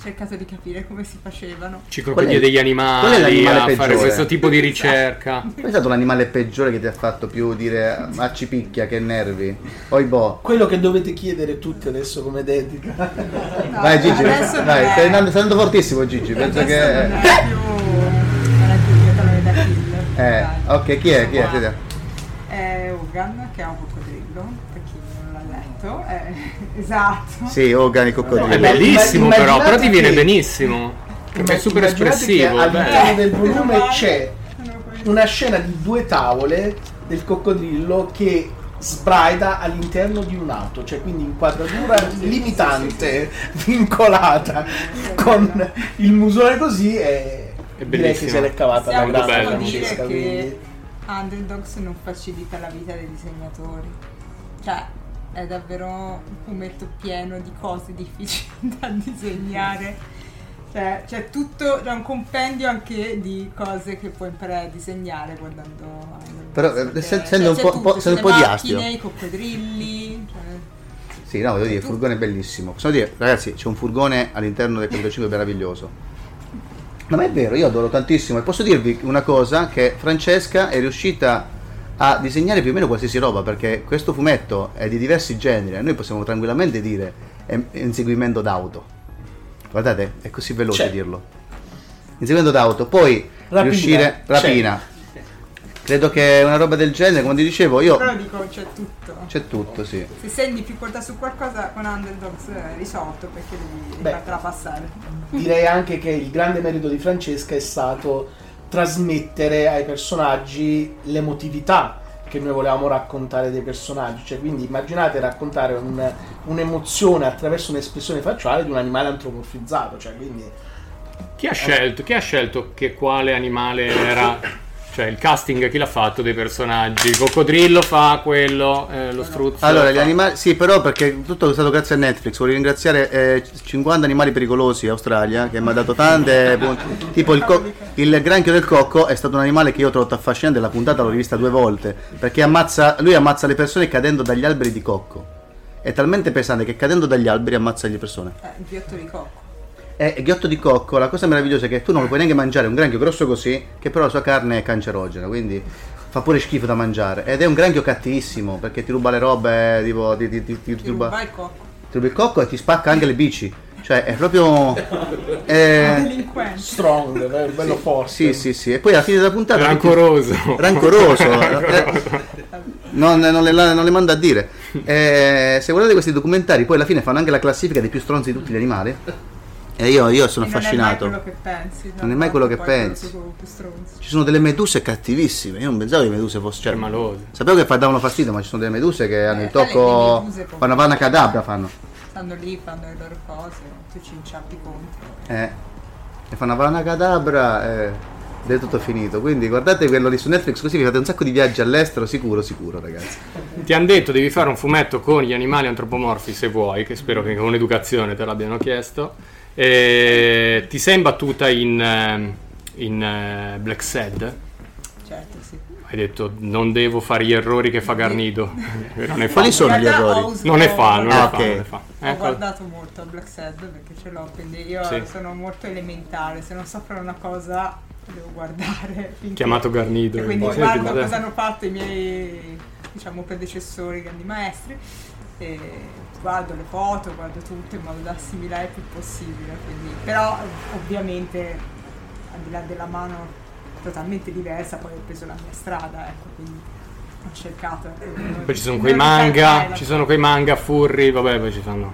cercato di capire come si facevano. Ciclopedia degli animali, qual è l'animale a fare peggiore? questo tipo di ricerca. Qual è stato l'animale peggiore che ti ha fatto più dire ma ci picchia, che nervi? Oi boh. Quello che dovete chiedere tutti adesso come dedica. Vai Gigi, adesso non vai, è. stai andando, stai andando fortissimo Gigi, penso Adesso che... non è più, non è più il mio tallone d'Achille. Eh, ok, chi è? Chi è? Siete- Esatto. È Hogan, che è un coccodrillo, per chi non l'ha letto. È- esatto. Sì, Hogan il coccodrillo. È bellissimo Immagin- però, però ti viene immaginate che- benissimo. Perché è super Immaginate che espressivo. eh. è All'interno bello. del volume c'è una scena di due tavole del coccodrillo che sbraida all'interno di un'auto, cioè quindi inquadratura limitante, vincolata, con il musone così e direi che bellissimo. se l'è cavata la Possiamo grande solo dire Francesca. quindi. che Underdogs non facilita la vita dei disegnatori. Cioè, è davvero un fumetto pieno di cose difficili da disegnare. Cioè, c'è tutto, c'è un compendio anche di cose che puoi imparare a disegnare guardando Underdogs. Però, eh, perché se- c'è- sento un c'è po'- tutto, po- ci sento un sono po' le di macchine, astio. I coccodrilli, cioè, Sì, no, voglio dire, il furgone è bellissimo. Possiamo dire, ragazzi, c'è un furgone all'interno del 45 meraviglioso. No, ma è vero, io adoro tantissimo e posso dirvi una cosa che Francesca è riuscita a disegnare più o meno qualsiasi roba, perché questo fumetto è di diversi generi, e noi possiamo tranquillamente dire è è inseguimento d'auto. Guardate, è così veloce C'è. dirlo. Inseguimento d'auto, poi Rapina, riuscire c'è. rapina. Credo che una roba del genere, come ti dicevo, io Però dico, c'è tutto. c'è tutto, sì. Se sei in difficoltà su qualcosa con Underdogs è risolto perché devi Beh. fartela passare. Direi anche che il grande merito di Francesca è stato trasmettere ai personaggi l'emotività che noi volevamo raccontare dei personaggi, cioè quindi immaginate raccontare un- un'emozione attraverso un'espressione facciale di un animale antropomorfizzato, cioè quindi Chi ha scelto? Chi ha scelto che quale animale era? Cioè il casting chi l'ha fatto dei personaggi? Il coccodrillo fa quello, eh, lo struzzo. Allora, fa- gli animali, sì, però perché tutto è stato grazie a Netflix. Voglio ringraziare eh, 50 animali pericolosi Australia che mi ha dato tante. pun- tipo il, co- il granchio del cocco è stato un animale che io ho trovato affascinante. La puntata l'ho rivista due volte perché ammazza, lui ammazza le persone cadendo dagli alberi di cocco. È talmente pesante che cadendo dagli alberi ammazza le persone. Eh, il ghiotto di cocco. E Eh, ghiotto di cocco, la cosa meravigliosa è che tu non lo puoi neanche mangiare, è un granchio grosso così, che però la sua carne è cancerogena, quindi fa pure schifo da mangiare. Ed è un granchio cattivissimo, perché ti ruba le robe, eh, tipo, ti, ti- ti- ti Ti ruba, ruba il cocco. ti ruba il cocco e ti spacca anche le bici. Cioè, è proprio... Un è- delinquente. strong, be- bello forte. Eh, Sì, sì, sì. E poi alla fine della puntata... Rancoroso. Rancoroso. eh, non, eh, non le, non le manda a dire. Eh, se guardate questi documentari, poi alla fine fanno anche la classifica dei più stronzi di tutti gli animali. E io, io sono E affascinato. Non è mai quello che pensi. Non è mai quello che Poi quello pensi. sono più stronzi. Ci sono delle meduse cattivissime. Io non pensavo che le meduse fossero. Cioè, malose. Sapevo che fa- davano fastidio, ma ci sono delle meduse che hanno il Eh, quelle- le tocco. meduse proprio. Fanno vanna cadabra fanno. Stanno lì, fanno le loro cose, tu ci inciampi contro. Eh. E fanno vanna cadabra. Eh. Ed è tutto finito. Quindi guardate quello lì su Netflix così vi fate un sacco di viaggi all'estero, sicuro, sicuro, ragazzi. Ti hanno detto devi fare un fumetto con gli animali antropomorfi se vuoi, che spero che con un'educazione te l'abbiano chiesto. E ti sei imbattuta in, ehm, in, eh, Black Sad? Certo, sì. Hai Hai detto non devo fare gli errori che fa Garnido. E non ne fa. Quali sono gli errori? Non ne fa, non ne Ah, fa, ok. non ne fa. Ho Ecco. guardato molto a Black Sad perché ce l'ho, quindi io Sì. sono molto elementare, se non so fare una cosa devo guardare. finché- Chiamato Garnido. E quindi Sì, guardo guarda. cosa hanno fatto i miei diciamo, predecessori, grandi maestri, e guardo le foto, guardo tutto in modo da assimilare il più possibile. quindi- Però ovviamente al di là della mano totalmente diversa, poi ho preso la mia strada, ecco, quindi ho cercato. ecco, Poi ci sono non quei manga, ricalcare ci la- sono quei manga furri, vabbè, poi ci fanno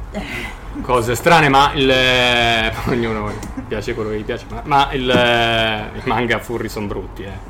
cose strane, ma il eh, ognuno piace quello che gli piace, ma, ma il, eh, i manga furri sono brutti, eh.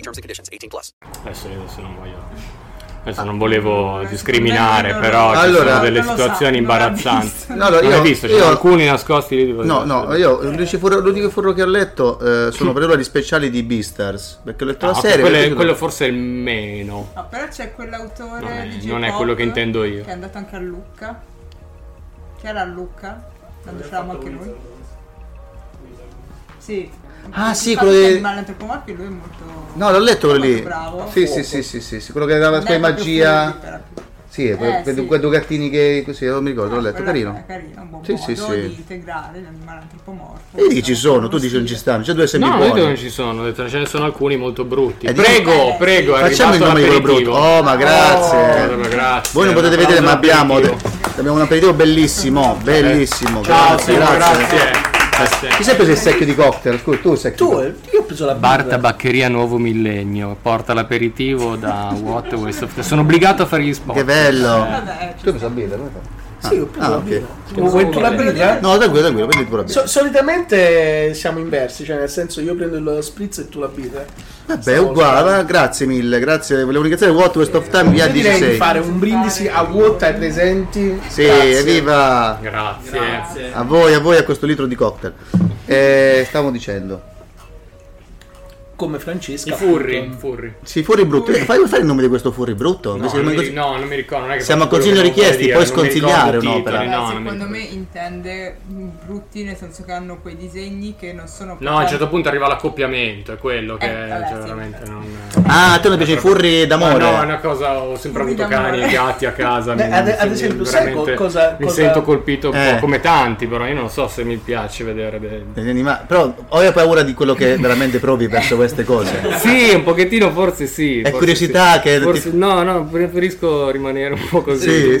terms and conditions. 18 plus. Adesso, io adesso non voglio adesso non volevo Ah, discriminare, no, no, però ci allora- sono delle non lo sa, non situazioni l'ha imbarazzanti. visto. No, allora, non io- l'hai visto, ci io- sono alcuni nascosti lì tipo- No, eh, no, io l'unico furro, l'unico furro che ho letto eh, sono per ora gli speciali di Beastars. Perché ho letto Ah, la ok, serie. quello, perché- è- quello forse è il meno. Ah, però c'è quell'autore Non è- di non è J-pop quello che intendo io. Che è andato anche a Lucca. Che era a Lucca. Quando c'eravamo anche noi. Sì. Ah, sì, Infatti, quello di- l'animale antropomorfo, lui è molto. No, l'ho letto quello lì. Bravo. Sì, sì, sì, sì, sì, sì, quello che dava Non la sua è proprio magia. furbi, però. Sì, que- que- sì. quei due gattini che così, non mi ricordo, l'ho letto, Quello carino. È carino, un buon Sì, modo sì, sì. di integrare l'animale antropomorfo. E lì ci sono, tu dici non ci stanno, c'è due esempi No, ho detto che non buoni. ci sono, ho detto che ce ne sono alcuni molto brutti. Eh, prego, prego, è Facciamo il arrivato nome di quello brutto. l'aperitivo. Oh, ma grazie. Oh, grazie. Voi non potete Un vedere, ma aperitivo. abbiamo, abbiamo un aperitivo bellissimo, bellissimo. Ciao, grazie, signor, grazie. grazie. Chi si è preso il secchio di cocktail? Scusa, tu il secchio. Tu, io ho preso la Bar Tabaccheria Nuovo Millennio porta l'aperitivo da What a Waste of Time. Sono obbligato a fare gli spot. Che bello. Eh, Tu hai preso la birra, come fai? Sì, ho ah, preso la ok. birra. Vuoi tu la birra? No, tranquillo, tranquillo, prendi tu la birra. So- solitamente siamo inversi, cioè nel senso io prendo lo spritz e tu la birra. Beh, è uguale, va, grazie mille, grazie. Volevo ringraziare What West of Time via Io direi di 16. fare un brindisi a vuota ai presenti. Sì, Grazie. evviva! Grazie. A voi, a voi, a questo litro di cocktail. Eh, stavo dicendo. Come Francesca. I furri, appunto. furri. Sì, fuori brutto. Eh, Fai, fai il nome di questo fuori brutto? No, non mi, no, non mi ricordo. Non è che Siamo faccio a consiglio quello che non richiesti, vorrei puoi dire, non mi sconsigliare ricordo i un'opera. titoli, Eh, No, sì, non mi Secondo ricordo. me intende brutti nel senso che hanno quei disegni che non sono No, a un certo punto arriva l'accoppiamento, è quello che Eh, vabbè, cioè, sì. veramente non. eh. Ah, a te non piace i furri d'amore? No, è una cosa. Ho sempre Furri avuto d'amore. cani e gatti a casa. Beh, mi- ad- mi- ad esempio, sai veramente- cosa- Mi cosa- sento colpito un po' Eh. come tanti, però io non so se mi piace vedere. dei- Degli animali. Però ho io paura di quello che veramente provi verso queste cose. Sì, un pochettino forse sì. È forse curiosità sì. che- Forse- no, no, preferisco rimanere un po' così.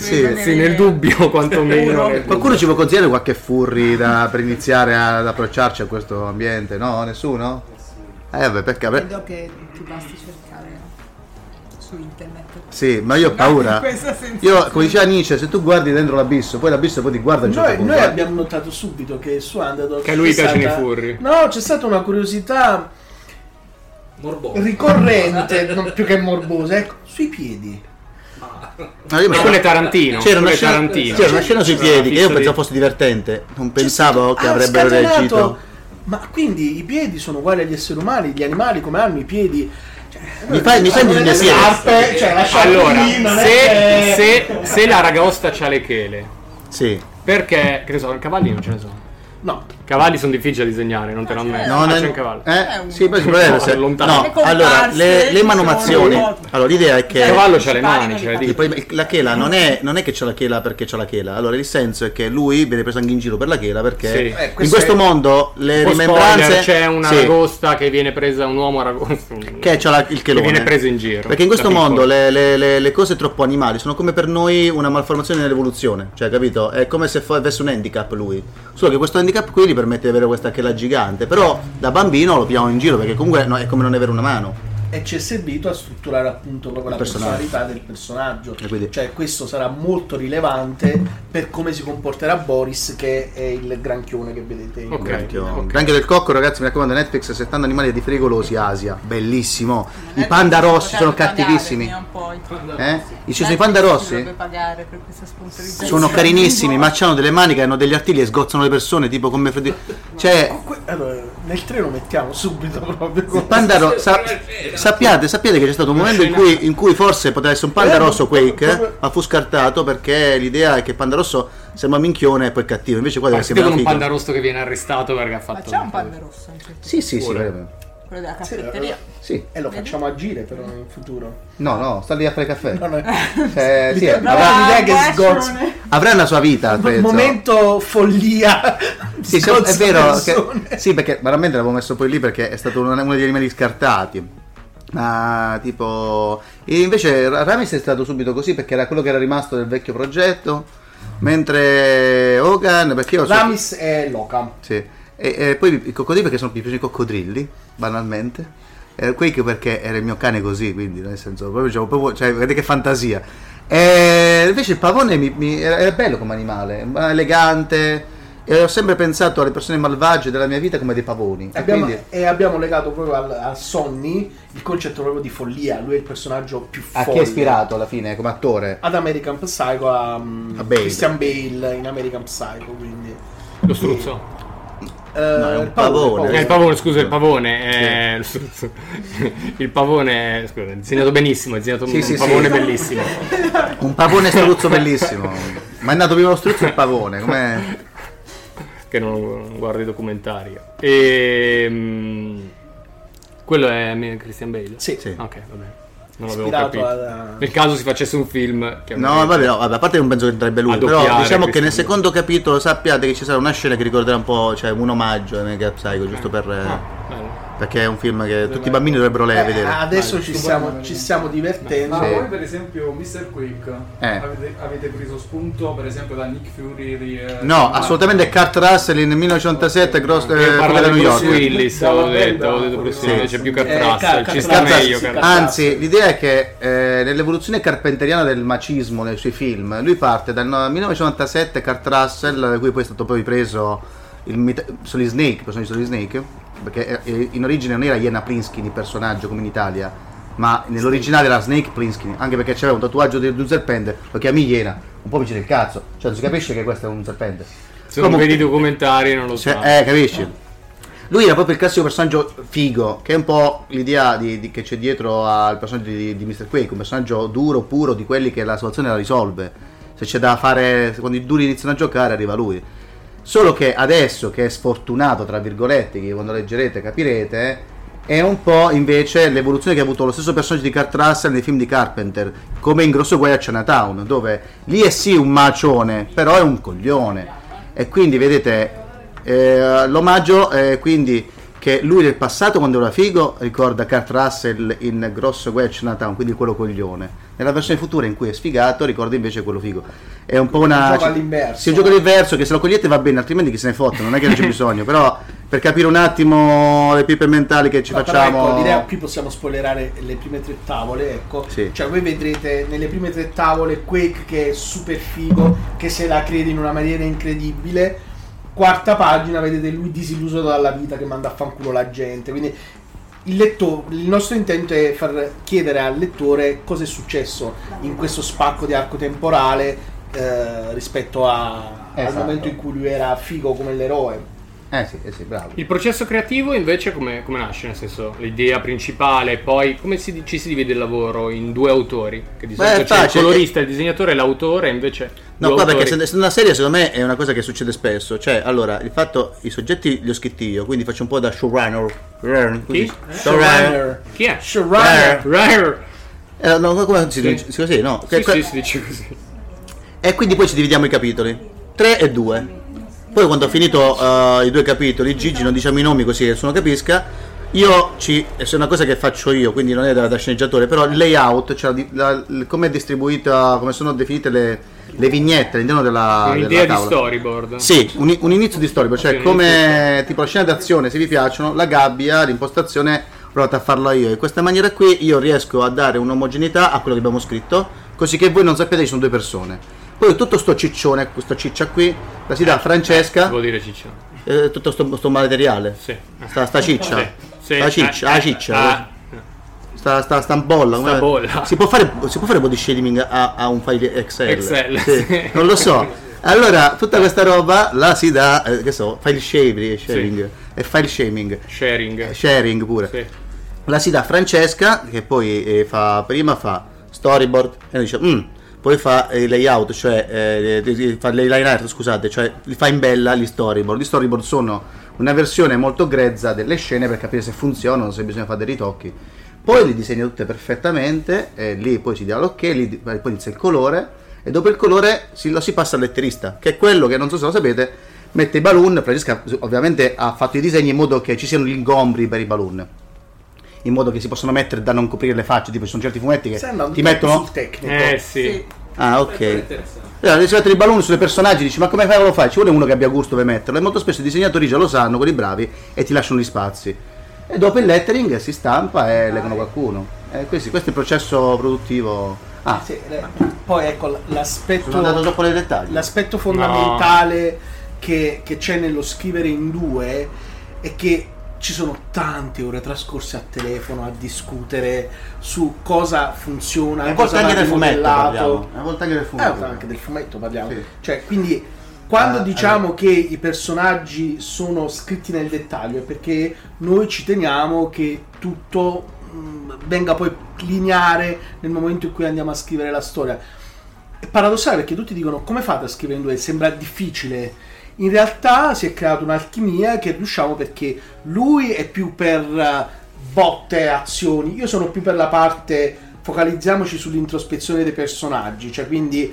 Sì, sì. nel dubbio quantomeno. nel dubbio. Qualcuno ci può consigliare qualche furri da- per iniziare ad approcciarci a questo ambiente? No? Nessuno? Eh vabbè, perché... beh, Credo che ti basti cercare su internet. Sì, ma io ho paura. Questa sensazione. Io, come diceva Nietzsche, se tu guardi dentro l'abisso, poi l'abisso poi ti guarda a un certo Noi, punto. noi eh. abbiamo notato subito che su Underdog Che a lui c'è piacciono stata- i furri. No, c'è stata una curiosità ricorrente, non più che morbosa, ecco, sui piedi. No, Ah, io Ma mi- quello è Tarantino, C'era una quello è scena, Tarantino. c'era una scena sui C'era una piedi che fissa io di- pensavo fosse divertente. Non pensavo che Ah, avrebbero scatenato. reagito. Ma quindi i piedi sono uguali agli esseri umani, gli animali come hanno i piedi? Cioè, Mi fai- mi fai hanno delle indignazione. scarpe, cioè, la sciarpa Allora, lì, non è se, che- se- se la ragosta c'ha le chele, Sì. perché che ne so, i cavalli non ce ne sono. No, Cavalli sono difficili da disegnare, non te lo ammetto. No, Faccio nel- un cavallo. eh, sì, poi si può vedere se- no, allora, diciamo, le, le manomazioni. Allora, l'idea è che Il cavallo c'ha le mani, c'ha le E poi la chela non è, non è che c'ha la chela perché c'ha la chela. Allora, il senso è che lui viene preso anche in giro per la chela perché Sì. Eh, in questo questo è- mondo le Un po' rimembranze spoiler, c'è una Sì. ragosta che viene presa un uomo ragosta che c'ha la- il chelone Che viene preso in giro. perché in questo Da piccolo. mondo le, le- le- le cose troppo animali sono come per noi una malformazione nell'evoluzione cioè capito è come se fo- avesse un handicap lui solo che questo handicap qui gli permette di avere questa chela gigante però da bambino lo pigliamo in giro perché comunque no, è come non avere una mano e ci è servito a strutturare appunto proprio la Il personaggio. personalità del personaggio. E quindi- Cioè, questo sarà molto rilevante per come si comporterà Boris, che è il granchione che vedete in Granchio. Granchio del cocco, ragazzi, mi raccomando, Netflix 70 animali di frigolosi Asia. Bellissimo. I panda rossi sono cattivissimi. Eh? Ci sono i panda rossi? pagare per questa sponsorizzazione. Sono carinissimi, ma hanno delle maniche, hanno degli artigli e sgozzano le persone, tipo come Freddy. Cioè, Que- Allora, nel 3 lo mettiamo subito proprio. il panda rosso. sappiate, sappiate che c'è stato un momento in cui, in cui forse poteva essere un panda rosso Quake, eh, ma fu scartato perché l'idea è che il panda rosso sembra minchione e poi cattivo. Invece qua deve Partite sembrare con figo. un panda rosso che viene arrestato perché ha fatto. C'è un certo- panda rosso in questo Sì, sì, sì. Pure. veramente. quello della caffetteria. Sì. E Eh, lo facciamo agire però in futuro. No, no, sta lì a fare caffè. No, no. Cioè, sì, L'idea- avrà- l'idea che sgozza. Avrà una sua vita, Un penso. momento follia. eh, Sì, se- è Sgozza vero. persone. che- sì, perché veramente l'avevo messo poi lì perché è stato uno, uno degli animali scartati. Ma tipo. e invece Ra- Ramis è stato subito così perché era quello che era rimasto del vecchio progetto. Mentre Hogan, perché io so- Ramis è Locam. Sì. E, e poi i coccodrilli perché sono mi piacciono i coccodrilli, banalmente. Eh, Quake perché era il mio cane così, quindi nel senso, proprio, dicevo, proprio- cioè, vedete che fantasia. E invece il pavone mi, mi- era, era bello come animale, ma elegante. E ho sempre pensato alle persone malvagie della mia vita come dei pavoni. E Abbiamo- quindi e abbiamo legato proprio al, a Sonny il concetto proprio di follia. Lui è il personaggio più a folle. chi è ispirato alla fine come Ah, attore? Ad American Psycho, a, mm, A Bale. Christian Bale in American Psycho. Quindi. Lo struzzo. Eh, No, è un il pavone, Eh, il pavone, scusa, il pavone. eh, lo struzzo. il pavone, scusa, è disegnato benissimo. È disegnato Sì, un sì, pavone sì. bellissimo. Un pavone struzzo bellissimo. Ma è nato prima lo struzzo e il pavone, com'è? che non non guardo i documentari. E, mm, quello è mi- Christian Bale? Sì. Ok, va bene. Non l'avevo Ispirato capito. alla- Nel caso si facesse un film. che- No, vabbè, no, vabbè, a parte non penso che andrebbe lui, A però doppiare diciamo che questo nel film. secondo capitolo sappiate che ci sarà una scena che ricorderà un po', cioè un omaggio a Mega Psycho, giusto per... eh, Ah, perché è un film che tutti i bambini dovrebbero lei Eh, vedere. ah, adesso ci, Vale. stiamo, ci stiamo divertendo. Ma Sì. voi per esempio Mr. Quick Eh. avete, avete preso spunto per esempio da Nick Fury di, eh, No, di- assolutamente Kurt Russell in 1987, Gross eh, Eh, parla Quello da di New Bruce York. Willis, avevo detto, avevo detto Bruce Sì. Ah, Willis, c'è più Kurt Eh, Russell, Kurt ci sta Russell, meglio sì, Kurt Kurt Anzi, l'idea è che eh, nell'evoluzione carpenteriana del macismo nei suoi film, lui parte dal no- 1997 Kurt Russell, da cui poi è stato poi preso il mit- Solid Snake, il personaggio di Solid Snake, perché eh, in origine non era Iena Plinskin il personaggio come in Italia, ma nell'originale era Snake Plinskin, anche perché c'era un tatuaggio di di un serpente, lo chiami Iena, un po' mi gira il cazzo, cioè non si capisce che questo è un serpente. Se non Comunque- vedi i documentari non lo so. cioè, eh, capisci? Lui era proprio il classico personaggio figo, che è un po' l'idea di- di- che c'è dietro al personaggio di, di Mr. Quake, un personaggio duro, puro, di quelli che la situazione la risolve. Se c'è da fare, quando i duri iniziano a giocare arriva lui. Solo che adesso che è sfortunato, tra virgolette, che quando leggerete capirete, è un po' invece l'evoluzione che ha avuto lo stesso personaggio di Kurt Russell nei film di Carpenter, come in Grosso Guai a Chinatown, dove lì è sì un macione, però è un coglione. E quindi vedete, eh, l'omaggio è quindi che lui del passato quando era figo ricorda Kurt Russell in Grosso Guai a Chinatown, quindi quello coglione. Nella versione futura in cui è sfigato ricorda invece quello figo. È un po' una... Gioca all'inverso. Sì, un gioco diverso che se lo cogliete va bene, altrimenti chi se ne fotte, non è che non c'è bisogno, però per capire un attimo le pipe mentali che ci Ma però facciamo... Ecco, l'idea qui possiamo spoilerare le prime tre tavole, ecco. Sì. Cioè voi vedrete nelle prime tre tavole Quake che è super figo, che se la crede in una maniera incredibile. Quarta pagina vedete lui disilluso dalla vita che manda a fanculo la gente. Quindi il, lettore, il nostro intento è far chiedere al lettore cosa è successo in questo spacco di arco temporale eh, rispetto a- al Esatto. momento in cui lui era figo come l'eroe. Eh sì, eh sì, bravo. Il processo creativo invece come, come nasce? Nel senso, l'idea principale, poi come si- ci si divide il lavoro in due autori? Che di Beh, solito c'è il facile. colorista, il disegnatore e l'autore, invece... No, qua due autori. perché se- se una serie secondo me è una cosa che succede spesso. Cioè, allora, il fatto, i soggetti li ho scritti io, quindi faccio un po' da showrunner. Chi? Quindi- Showrunner. Chi è? Showrunner. Showrunner. Eh, no, come si Sì. dice? Si- Così, no? Sì, Que- que- sì, si dice così. E quindi poi ci dividiamo i capitoli. 3 e 2. Poi quando ho finito eh, i due capitoli, Gigi, non diciamo i nomi così che nessuno capisca, io ci... e se è una cosa che faccio io, quindi non è da, da sceneggiatore, però il layout, cioè di- la- l- come è distribuita, come sono definite le, le vignette all'interno della... Un'idea della di tavola. storyboard. Sì, un, un inizio di storyboard, Sì, cioè un come tipo la scena d'azione, se vi piacciono, la gabbia, l'impostazione, provate a farla io. In questa maniera qui io riesco a dare un'omogeneità a quello che abbiamo scritto, così che voi non sappiate che sono due persone. Poi tutto sto ciccione, questa ciccia qui, la si dà Eh, a Francesca, Vuol dire ciccio. eh, tutto sto, sto materiale, sta, sta ciccia, Sì, sì, la ciccia, eh, la ciccia. ah. Sta, sta stambolla, Sta come- bolla. Si, può fare, si può fare body shaming a, a un file Excel? Excel, Sì, sì. Non lo so. Allora, tutta questa roba la si dà, eh, che so, file shaving, sharing, e file shaming, Eh, Sharing. sharing pure. Sì. La si dà a Francesca, che poi eh, fa, prima fa storyboard, e dice, "Mm", poi fa eh, layout, cioè, eh, di- di- fa le line art, scusate, cioè li fa in bella gli storyboard. Gli storyboard sono una versione molto grezza delle scene per capire se funzionano, se bisogna fare dei ritocchi. Poi li disegna tutte perfettamente, e lì poi si dà l'ok, lì, di- poi inizia il colore, e dopo il colore si, lo si passa al letterista, che è quello che non so se lo sapete, mette i balloon, Francesca ovviamente ha fatto i disegni in modo che ci siano gli ingombri per i balloon in modo che si possono mettere da non coprire le facce. Tipo, ci sono certi fumetti che Sembra un ti po' mettono. sul tecnico. Eh, sì. Ah, ok. Eh, Allora, riservate i balloon sui personaggi, dici, ma come fai a lo fare? Ci vuole uno che abbia gusto per metterlo. E molto spesso i disegnatori già lo sanno, quelli bravi, e ti lasciano gli spazi. E dopo il lettering si stampa e leggono qualcuno. Eh, questi- questo è il processo produttivo. Ah, Sì, eh, poi ecco l- l'aspetto. Sono andato troppo nei dettagli. L'aspetto fondamentale che, che c'è nello scrivere in due è che ci sono tante ore trascorse a telefono a discutere su cosa funziona, Una cosa volta anche va del fumetto rimodellato. parliamo. Una volta anche del fumetto Eh, una volta anche del fumetto parliamo. Cioè, quindi quando Ah, diciamo che i personaggi sono scritti nel dettaglio è perché noi ci teniamo che tutto mh, venga poi lineare nel momento in cui andiamo a scrivere la storia. È paradossale perché tutti dicono come fate a scrivere in due? Sembra difficile. In realtà si è creata un'alchimia che riusciamo perché lui è più per eh, botte, azioni, io sono più per la parte focalizziamoci sull'introspezione dei personaggi, cioè quindi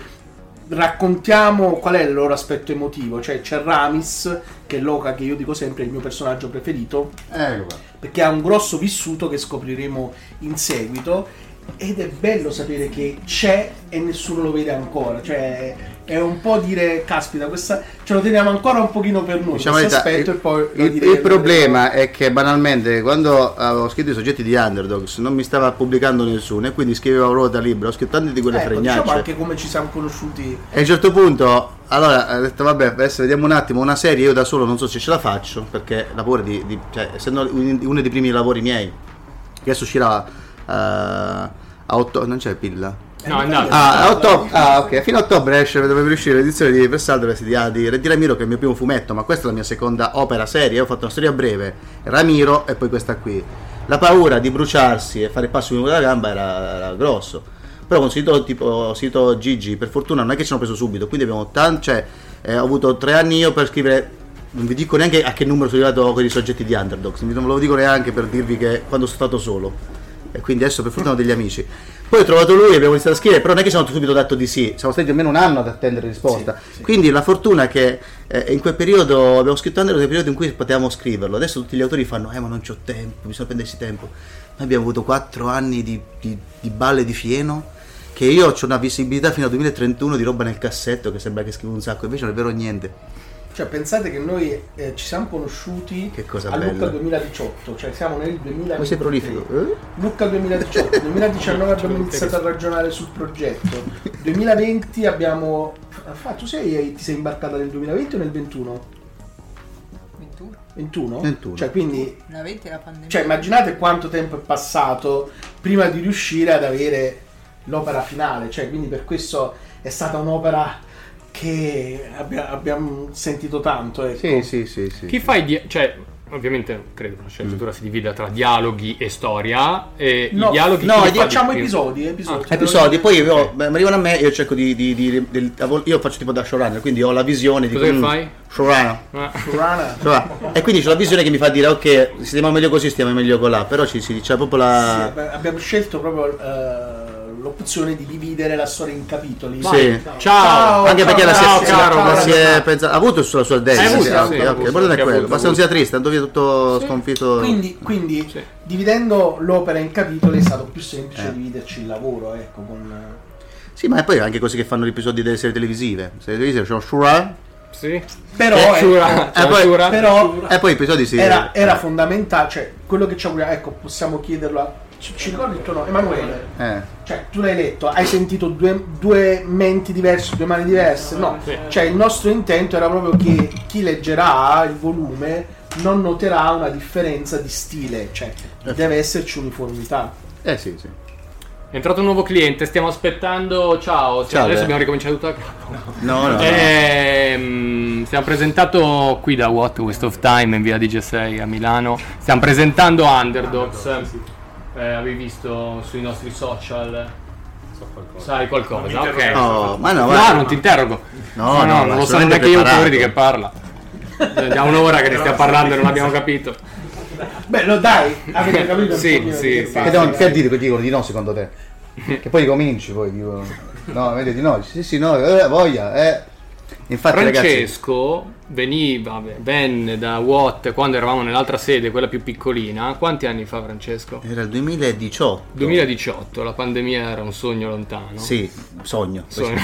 raccontiamo qual è il loro aspetto emotivo, cioè c'è Ramis, che è Loca, che io dico sempre è il mio personaggio preferito, Eh, perché ha un grosso vissuto che scopriremo in seguito. Ed è bello sapere che c'è e nessuno lo vede ancora, cioè è un po' dire, caspita, questa ce lo teniamo ancora un pochino per noi, Diciamo questo la verità, aspetto e poi lo Il, diremo. il problema è che banalmente quando avevo scritto i soggetti di Underdogs non mi stava pubblicando nessuno e quindi scrivevo proprio da libro, ho scritto tante di quelle Ecco, fregnacce. diciamo anche come ci siamo conosciuti E a un certo punto, allora ho detto, vabbè, adesso vediamo un attimo una serie, io da solo non so se ce la faccio, perché la paura di, di- cioè, essendo un- uno dei primi lavori miei, che adesso uscirà eh, a ottobre, non c'è Pilla? No, è andato. Ah, a ottobre, ah, ok, fino a ottobre esce, dovrebbe uscire l'edizione di Versaldo di, ah, di, di Ramiro, che è il mio primo fumetto, ma questa è la mia seconda opera serie, ho fatto una storia breve, Ramiro e poi questa qui. La paura di bruciarsi e fare il passo in una gamba era, era grosso. Però con sito tipo sito Gigi, per fortuna non è che ci hanno preso subito, quindi abbiamo tanto, cioè eh, ho avuto tre anni io per scrivere non vi dico neanche a che numero sono arrivato con i soggetti di Underdogs, non ve lo dico neanche per dirvi che quando sono stato solo. E quindi adesso per fortuna ho degli amici. Poi ho trovato lui e abbiamo iniziato a scrivere, però non è che ci hanno subito dato di sì, siamo stati almeno un anno ad attendere risposta. Quindi la fortuna che eh, in quel periodo abbiamo scritto Underdogs, è il periodo in cui potevamo scriverlo. Adesso tutti gli autori fanno, eh ma non c'ho tempo, bisogna prendersi tempo. Noi abbiamo avuto 4 anni di, di- di balle di fieno che io ho una visibilità fino al 2031 di roba nel cassetto che sembra che scrivo un sacco, invece non è vero niente. Cioè, pensate che noi eh, ci siamo conosciuti Che cosa a Lucca bella. 2018, cioè siamo nel 2020. Ma sei prolifico? eh? Lucca 2018, 2019 abbiamo iniziato a ragionare sul progetto, 2020 abbiamo... Ah, tu sei, ti sei imbarcata nel 2020 o nel 21? 21. 21? 21. Cioè, quindi, La 20 è la pandemia. cioè, immaginate quanto tempo è passato prima di riuscire ad avere l'opera finale, cioè, quindi per questo è stata un'opera che abbia- abbiamo sentito tanto. Ecco. Sì, sì, sì, sì. Mm. Chi fa i dia- cioè, ovviamente credo che la sceneggiatura si divida tra dialoghi e storia. E No, i dialoghi no, chi li fa di facciamo più? episodi, episodi. Ah, Episodi, poi io, beh, arrivano a me e io cerco di. di- di- del- a vol- io faccio tipo da showrunner, quindi ho la visione di. Cosa che mm, fai? Showrunner. Ah. showrunner. E quindi c'è la visione che mi fa dire ok, stiamo meglio così, stiamo meglio con là. Però ci si dice proprio Sì, la. beh, abbiamo scelto proprio eh, l'opzione di dividere la storia in capitoli. Sì. Ciao, Anche ciao, perché la ciao, si, caro, la caro. si è pensa- ha avuto sulla sua destra. Eh, sì, avuto, ah, ok, sì, ok, ha avuto, il problema è sì, ha quello. avuto, Basta non sia avuto. triste, andò via tutto sconfitto. Quindi, quindi dividendo l'opera in capitoli è stato più semplice Eh. dividerci il lavoro, ecco, con... Sì, ma poi anche così che fanno gli episodi delle serie televisive. Serie televisive c'è un showrunner. Sì. Però, Eh, eh, Shura, eh, eh, poi- Shura, però Shura. E poi episodi si- era, eh. era fondamentale, cioè quello che ci auguriamo, ecco, possiamo chiederlo a... Ci, ci ricordi il tuo nome? Emanuele. Eh. Cioè, tu l'hai letto, hai sentito due, due menti diverse, due mani diverse? No, cioè il nostro intento era proprio che chi leggerà il volume non noterà una differenza di stile, cioè deve esserci uniformità. Certo. Eh sì, sì. È entrato un nuovo cliente, stiamo aspettando. Ciao, Ciao, adesso beh. abbiamo ricominciato tutta No, no, no. Ehm, stiamo presentando qui da What Waste of Time in via DG6 a Milano. Stiamo presentando Underdogs. Ah, Eh, avevi visto sui nostri social? Sai qualcosa? Non mi ok. interrogo. No, ma no, guarda. no, non ti interrogo. No, Ma no, ma non lo so solamente neanche io preparato. pure di che parla. Eh, Da un'ora che ne stiamo parlando e non l'abbiamo capito. Beh, lo dai, avete capito? Sì, un pochino sì, di sì, Che fare. devono- che dico, dicono di no secondo te? Che poi ricominci poi dico. No, vedi di no, sì sì no, eh, voglia, eh. Infatti ragazzi, Francesco veniva, venne da Watt quando eravamo nell'altra sede, quella più piccolina. Quanti anni fa, Francesco? era il 2018. 2018, la pandemia era un sogno lontano. Sì, sogno. Sogno.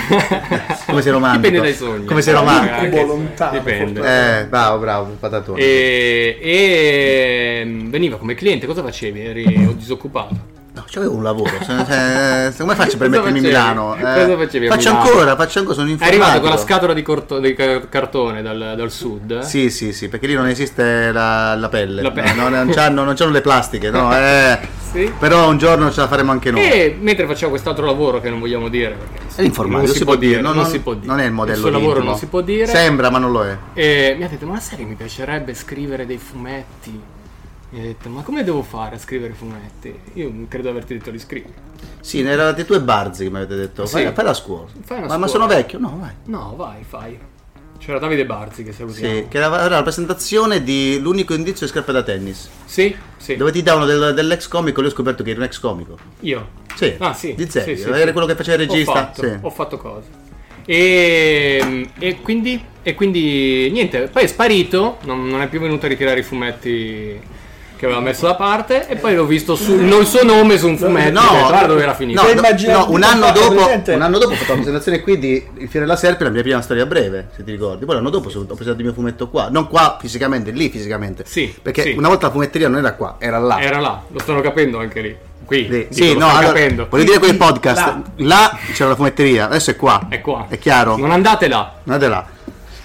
Come sei romantico. Dipende dai sogni. Come sei romantico. Anche- lontano, dipende. Eh, bravo, bravo, patatone. E, e, mm, veniva come cliente, cosa facevi? Eri disoccupato. No, c'avevo un lavoro. se- se- se- cioè, eh, come faccio per Cosa mettermi in facevi? Milano? Eh, Cosa facevi a faccio Milano? ancora, faccio ancora, sono È arrivato con la informatico. scatola di, corto- di car- cartone dal, dal sud. eh? Sì, sì, sì, perché lì non esiste la, la pelle. La pelle. No, non, c'hanno, non c'hanno le plastiche, no? eh. Sì. Eh, Però un giorno ce la faremo anche noi. E mentre facevo quest'altro lavoro che non vogliamo dire È perché informatico, non si può dire, non si può dire. Non è il modello Il suo lavoro intimo. non si può dire. Sembra, ma non lo è. E mi ha detto, ma sai che mi piacerebbe scrivere dei fumetti? Mi ha detto, ma come devo fare a scrivere fumetti? Io credo di averti detto li scrivi. Sì, ne eravate tu e Barzi che mi avete detto. Sì. Fai, fai la scuola. Fai una ma, ma scuola. sono vecchio, no, vai. No, vai, fai. C'era Davide Barzi che salutiamo. Sì, che era, era la presentazione di L'unico indizio di scarpe da tennis. Sì, sì. Dove ti davano del- dell'ex comico, lì ho scoperto che era un ex comico. Io? Sì. Ah, sì. Di Zeri, Sì, sì, era sì. quello che faceva il regista. Ho fatto, Sì. ho fatto cose. E, e quindi, e quindi niente, poi è sparito, non, non è più venuto a ritirare i fumetti che aveva messo da parte e poi l'ho visto sul non suo nome su un fumetto, No, ho detto, guarda dove era finito. Cioè, No, no, no, un, anno dopo, un anno dopo ho fatto la presentazione qui di Il fiore della serpe, la mia prima storia breve, se ti ricordi. Poi l'anno dopo sono- ho presentato il mio fumetto qua, non qua fisicamente, lì fisicamente. Sì. Perché sì. una volta la fumetteria non era qua, era là. Era là, lo stanno capendo anche lì. Qui, dico, Sì, no, lo stanno allora, capendo. voglio dire quel podcast. Là. c'era la fumetteria, adesso è qua. È qua. È chiaro? Non Ah. andate là. Non andate là.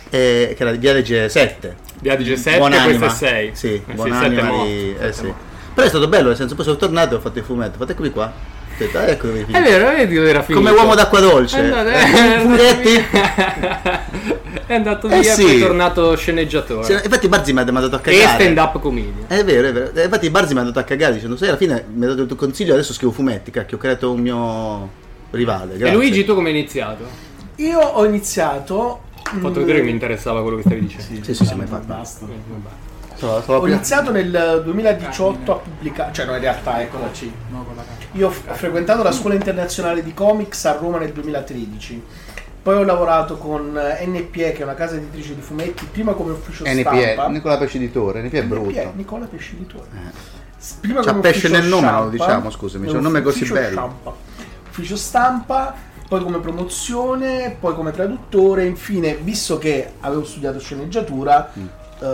Eh, che era di Adige 7. Di Adige 7, Buonanima. questa è 6. Sì, Eh sì, buonanima sette è di- morto, eh sette è sì. Però è stato bello, nel senso poi sono tornato e ho fatto il fumetto. Fate eccomi qua. Ho detto, ah, ecco dove È vero, vedi dove era finito. Come uomo d'acqua dolce. È andato, Eh, è andato via Eh e sì. poi è tornato sceneggiatore. Sì, infatti Barzi mi ha mandato a e cagare. stand up comedian. È vero, è vero. Eh, Infatti Barzi mi ha mandato a cagare dicendo, sai, alla fine mi ha dato il tuo consiglio, adesso scrivo fumetti, cacchio, ho creato un mio rivale. E Grazie. Luigi, tu come hai iniziato? Ho Io ho iniziato... fatto mm, vedere che mi interessava quello che stavi dicendo. Eh, Sì, sì, sì, ma infatti. Sono- sono la Ho prima- iniziato nel 2018 a pubblicare, cioè no in realtà ecco la C. Io ho f- ho frequentato la scuola internazionale di comics a Roma nel 2013, poi ho lavorato con eh, NPE che è una casa editrice di fumetti, prima come ufficio NPE, stampa. Nicola Pesciditore, NPE è NPE, brutto. Eh. Nicola Pescilitore. S- C'ha come pesce ufficio nel nome, stampa, lo diciamo, scusami, c'è un nome così ufficio bello. stampa. Ufficio stampa, poi come promozione, poi come traduttore, infine, visto che avevo studiato sceneggiatura, Mm. eh,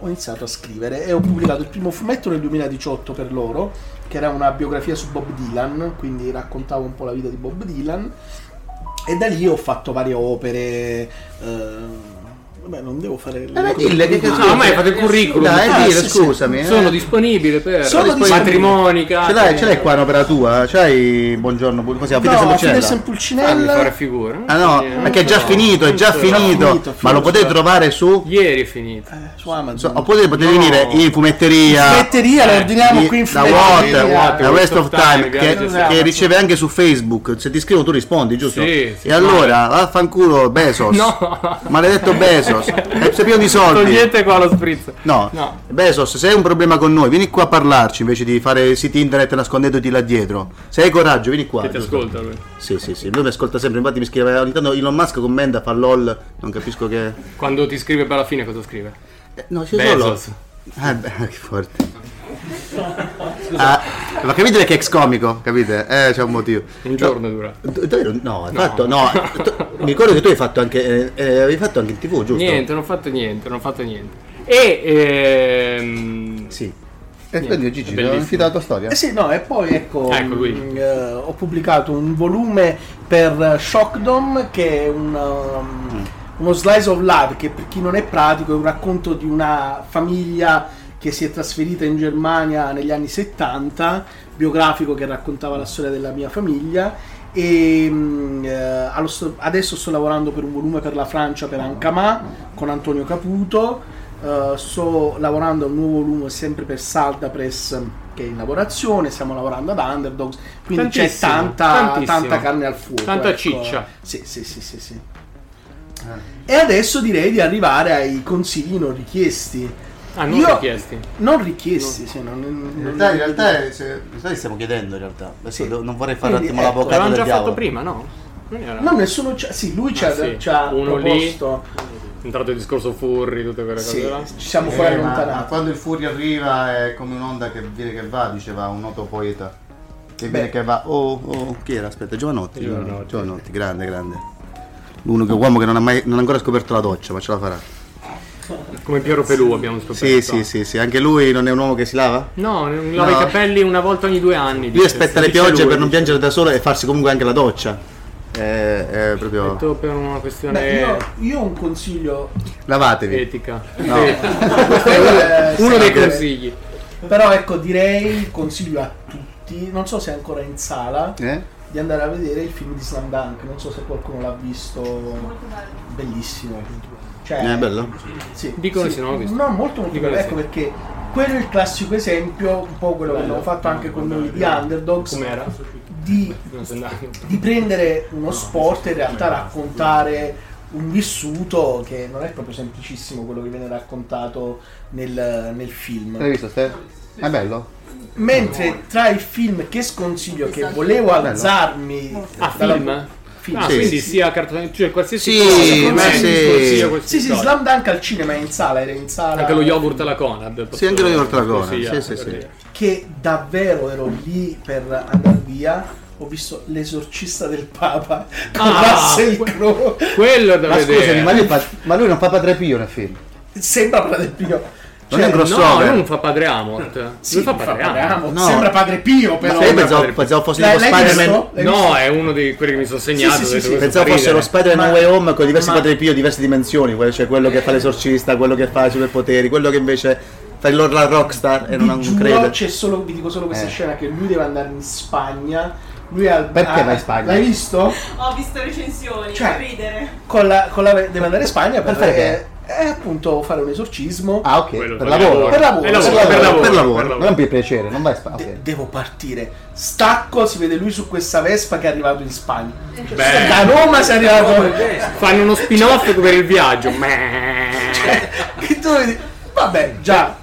ho iniziato a scrivere e ho pubblicato il primo fumetto nel 2018 per loro, che era una biografia su Bob Dylan, quindi raccontavo un po' la vita di Bob Dylan e da lì ho fatto varie opere. eh, Vabbè, non devo fare il. beh, dille che cazzo- No, Eh, ormai hai fatto il curriculum. Dai, Ah, dillo, sì, sì. scusami. eh. Sono disponibile per Sono disponibile. disponibile. matrimoni, Ce l'hai, ce l'hai qua un'opera tua? C'hai buongiorno, bu- così a Fede No, Sempulcella? Fede Sempulcinella. Fammi fare figura. Ah no, Eh, ma che è già no, finito, è già no, finito. finito, ma lo finito. potete Eh. trovare su? Ieri è finito. su Amazon. So- oppure potete venire in fumetteria. In fumetteria, Eh, lo ordiniamo di- qui in Da fumetteria. Water, Water, Water Waste of of Time, Time, grazie, che, sì. che riceve anche su Facebook. Se ti scrivo tu rispondi, giusto? Sì, sì, e allora, vaffanculo Bezos. Maledetto Bezos. È pieno di soldi. Togliete qua lo spritz. No. No. Bezos, se hai un problema con noi, vieni qua a parlarci invece di fare siti internet nascondendoti là dietro. Se hai coraggio, vieni qua. Che ti giusto? ascolta lui. Sì, sì, sì, lui mi ascolta sempre, infatti mi scrive ogni tanto Elon Musk commenta, fa lol, non capisco che... Quando ti scrive per la fine cosa scrive? Eh, no, ci sono lol. Bezos. Ah, beh, che forte. Ah, ma capite che è ex comico, capite? Eh, c'è un motivo. Un giorno dura. D- davvero? No, hai fatto, no. tu- mi ricordo che tu hai fatto anche, eh, eh, avevi fatto anche in tv, giusto? Niente, non ho fatto niente, non ho fatto niente. E eh, ehm, Sì. E quindi Eh, Gigi, ti ho infilato la storia. Eh sì, no, e poi ecco, Ecco lui. mh, eh, ho pubblicato un volume per Shockdom che è un, um, uno slice of life che per chi non è pratico è un racconto di una famiglia che si è trasferita in Germania negli anni 70, biografico che raccontava la storia della mia famiglia e mh, eh, allo sto- adesso sto lavorando per un volume per la Francia per Ancamà con Antonio Caputo. Eh, sto lavorando a un nuovo volume sempre per Salda Press che è in lavorazione, stiamo lavorando ad Underdogs, quindi c'è Tantissimo, tanta, tantissimo. tanta carne al fuoco. Tanta ecco. ciccia. Sì, sì, sì, sì, sì. Cioè, E adesso direi di arrivare ai consigli non richiesti. Ah, non Io- richiesti. Non richiesti, sì, non- non- In realtà, in realtà, eh, se- in realtà li stiamo chiedendo in realtà. Adesso do- non vorrei fare un Quindi, attimo ecco, l'avvocato eh, L'avevamo del già diavolo. fatto prima, no? Non era- No, nessuno c'ha- Sì, lui ci ha, Ah, sì. ci ha Uno proposto. lì. È entrato il discorso furri, tutte quelle Sì, cose là. ci siamo fuori Eh, ma- allontanati. ma quando il Furio arriva è come un'onda che viene che va, diceva un noto poeta. Che viene che va. Oh, oh, chi era? Aspetta, Giovanotti. Giovanotti, Giovanotti, grande, grande. L'unico uomo che non ha mai non ha ancora scoperto la doccia, ma ce la farà. Come Piero Pelù abbiamo scoperto. Sì, sì, sì, sì, anche lui non è un uomo che si lava? No, non lava No. i capelli una volta ogni due anni. Lui dice, aspetta se le dice piogge lui. per non piangere da solo e farsi comunque anche la doccia. È, è proprio. Detto per una questione Beh, io, io ho un consiglio Lavatevi. Eh. etica. No. Questo è Uno dei sempre- consigli. Però ecco, direi consiglio a tutti, non so se è ancora in sala, Eh? di andare a vedere il film di Slam Dunk. Non so se qualcuno l'ha visto. Bellissimo. Cioè, Eh, è bello? Sì, Dicono sì. di sì, non l'ho visto. No, molto molto Dicono bello. di Ecco sì. perché quello è il classico esempio, un po' quello che abbiamo fatto anche con noi di Underdogs. Com'era? Di, Non so andare. di prendere uno sport e in realtà raccontare un vissuto che non è proprio semplicissimo quello che viene raccontato nel, nel film. L'hai visto, Ste? È bello? Mentre tra i film che sconsiglio, che volevo alzarmi Ah, dalla- film? Film, Ah, sì. quindi sia cartone, cioè qualsiasi Sì, cosa. ma non è sì. consiglio qualsiasi Sì, sì, cosa. Slam Dunk al cinema, in sala, era in sala. Anche lo yogurt alla Conad. Sì, anche lo yogurt alla Conad, Conad. sì, sì, sì. Che davvero ero lì per andare via. Ho visto l'esorcista del Papa con Ah, Russell Crowe. Quello è da Ma vedere. scusami, ma lui, fa- ma lui non fa padre Pio nel film. Sembra Padre Pio. Non è un Cioè, No, crossover. lui non fa padre Amort. Sì, lui fa fa padre Padre Amort. Amort. Sembra Padre Pio, però. Ma io pensavo, pensavo fosse L'hai- tipo l'hai Spider-Man. visto? L'hai No, visto? è uno di quelli che mi sono segnato. Sì, sì, ho sì, detto, sì. questo Pensavo fa fosse lo ridere. Spider-Man Ma- Way Home con diversi ma- Eh. padri Pio, diverse dimensioni, que- cioè quello che fa l'esorcista, quello che fa i superpoteri, quello che invece fa il lord la rockstar e non, non Giuro, crede. c'è solo, vi dico solo questa Eh. scena che lui deve andare in Spagna. Lui è al Perché ah, va in Spagna? L'hai visto? Ho visto recensioni, Cioè- per ridere. Con la, con la- deve andare in Spagna per, Per fare che? eh, appunto fare un esorcismo. Ah, ok, Quello per fa- lavoro. Per lavoro, Per per lavoro, per lavoro, lavoro, per per lavoro. Non per piacere, non vai in Spagna. De- devo partire. Stacco, si vede lui su questa Vespa che è arrivato in Spagna. Cioè, Beh. Cioè, Da Roma sei arrivato. Fanno uno spin-off per il viaggio. Meh. Che tu vedi- Vabbè, già.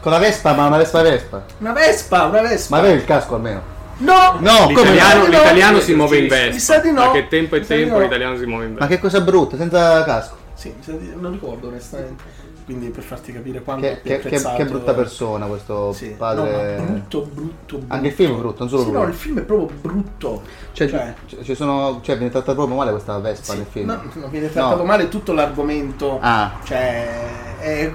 Con la Vespa, ma una Vespa Vespa. Una Vespa, una Ma Vespa. avevi il casco almeno. No! No, L'italiano, no? l'italiano si muove in Mi sa veste. di no. Ma che tempo è Mi sa di tempo, no. l'italiano si muove in Ma veste. che cosa brutta, senza casco. Sì, mi sa di- non ricordo onestamente. Quindi per farti capire quanto Che, è che- che- che apprezzato- eh. brutta persona questo Sì. padre. No, ma brutto, brutto, brutto. Anche il film è brutto, non solo Sì, lui. no, il film è proprio brutto. Cioè, Cioè- c- ci sono- cioè, viene trattata proprio male questa Vespa nel film. No, non viene trattato No. male tutto l'argomento. Ah. Cioè, è-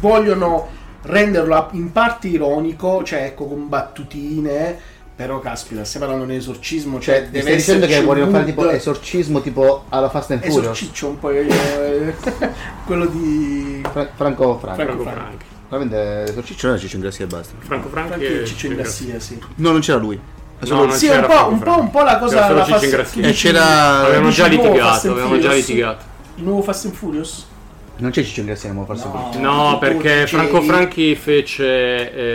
vogliono renderlo a- in parte ironico, cioè ecco, con battutine. Però caspita, stai parlando di un esorcismo, Cioè, cioè mi deve stai dicendo esserci che un vogliono fare tipo mood- esorcismo tipo alla Fast and Furious? Esorciccio un po' eh, quello di Fra- Franco Franco. Franco Franco. Veramente esorciccio era Ciccio Ingrassia e basta. Franco Franchi Franchi e e Ciccio Ingrassia, sì. No, non c'era lui. No, non sì, c'era un po', Franco un, po', Franco. un po' la cosa C'era solo la Ciccio Fast- Ingrassia. Eh, chi E dice c'era- il avevano già nuovo litigato, Fast and avevano già Furious? litigato. Il nuovo Fast and Furious? Non c'è Ciccio Ingrassia nel nuovo Fast and Furious. No, perché dicevi- Franco Franchi fece.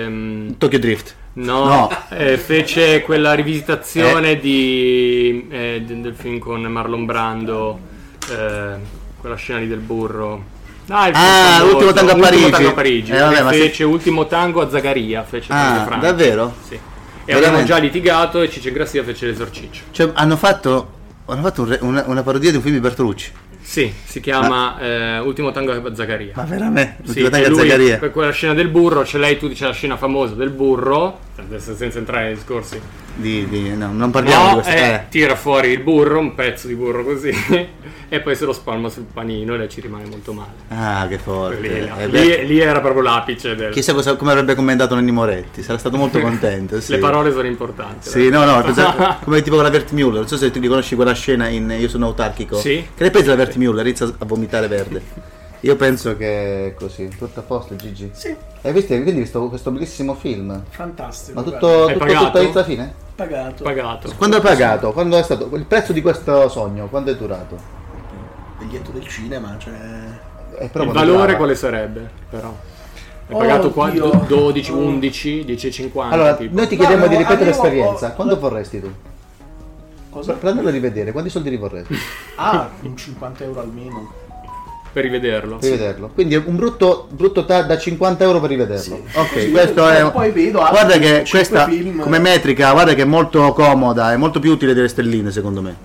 ehm, Tokyo Drift. No, No. Eh. eh, fece quella rivisitazione di, eh, de- del film con Marlon Brando, eh, quella scena lì del burro. il film Ah, famoso, Ultimo tango a Ultimo Parigi. tango a Parigi. Eh, vabbè, E ma se- fece Ultimo tango a Zagaria. Fece Ah, Franco Franchi. davvero? Sì. E Veramente? avevamo già litigato e Ciccio Ingrassia fece l'esorciccio. Cioè, hanno fatto, hanno fatto un re- una, una parodia di un film di Bertolucci. Sì, si chiama eh, Ultimo tango a Zagaria. Ma veramente? Sì, Ultimo tango e a lui, Zagaria. que- Quella scena del burro, c'è lei, tu dici la scena famosa del burro, adesso senza entrare nei discorsi. Di, di- no, non parliamo di no, questo. eh, eh. tira fuori il burro, un pezzo di burro così, e poi se lo spalma sul panino e lei ci rimane molto male. Ah, che forte. Lì, Eh, beh, lì- lì era proprio l'apice del... Chissà cosa- come avrebbe commentato Nanni Moretti, sarà stato molto contento. sì. Le parole sono importanti. Sì, no, no, pensavo... pensa- come tipo la Vertmuller, non so se ti riconosci quella scena in Io sono autarchico. Sì. Che ne pensi della Vertmuller? Inizia a vomitare verde. Io penso che è così, tutto a posto Gigi. Sì. Hai visto, quindi questo, questo bellissimo film? Fantastico. Ma tutto, guarda. tutto, tutto inizio alla fine? Pagato. Pagato. Quando è pagato? Quando è stato? Il prezzo di questo sogno, quanto è durato? Biglietto del cinema, cioè... Eh, però Il quanto valore durava? quale sarebbe, però? È Oh, pagato qua Dio. do- 12, 11, 10,50. Allora, tipo. noi ti chiediamo di avevo- ripetere avevo- l'esperienza. Quando vorresti tu? Cosa? Per andarlo a rivedere, quanti soldi li vorresti? Ah, un 50 euro almeno. Per rivederlo. per vederlo. Quindi un brutto, brutto ta- da 50 euro per rivederlo. Ok, Sì, questo io è. poi vedo altri guarda che cinque questa film. come metrica, guarda che è molto comoda, è molto più utile delle stelline, secondo me.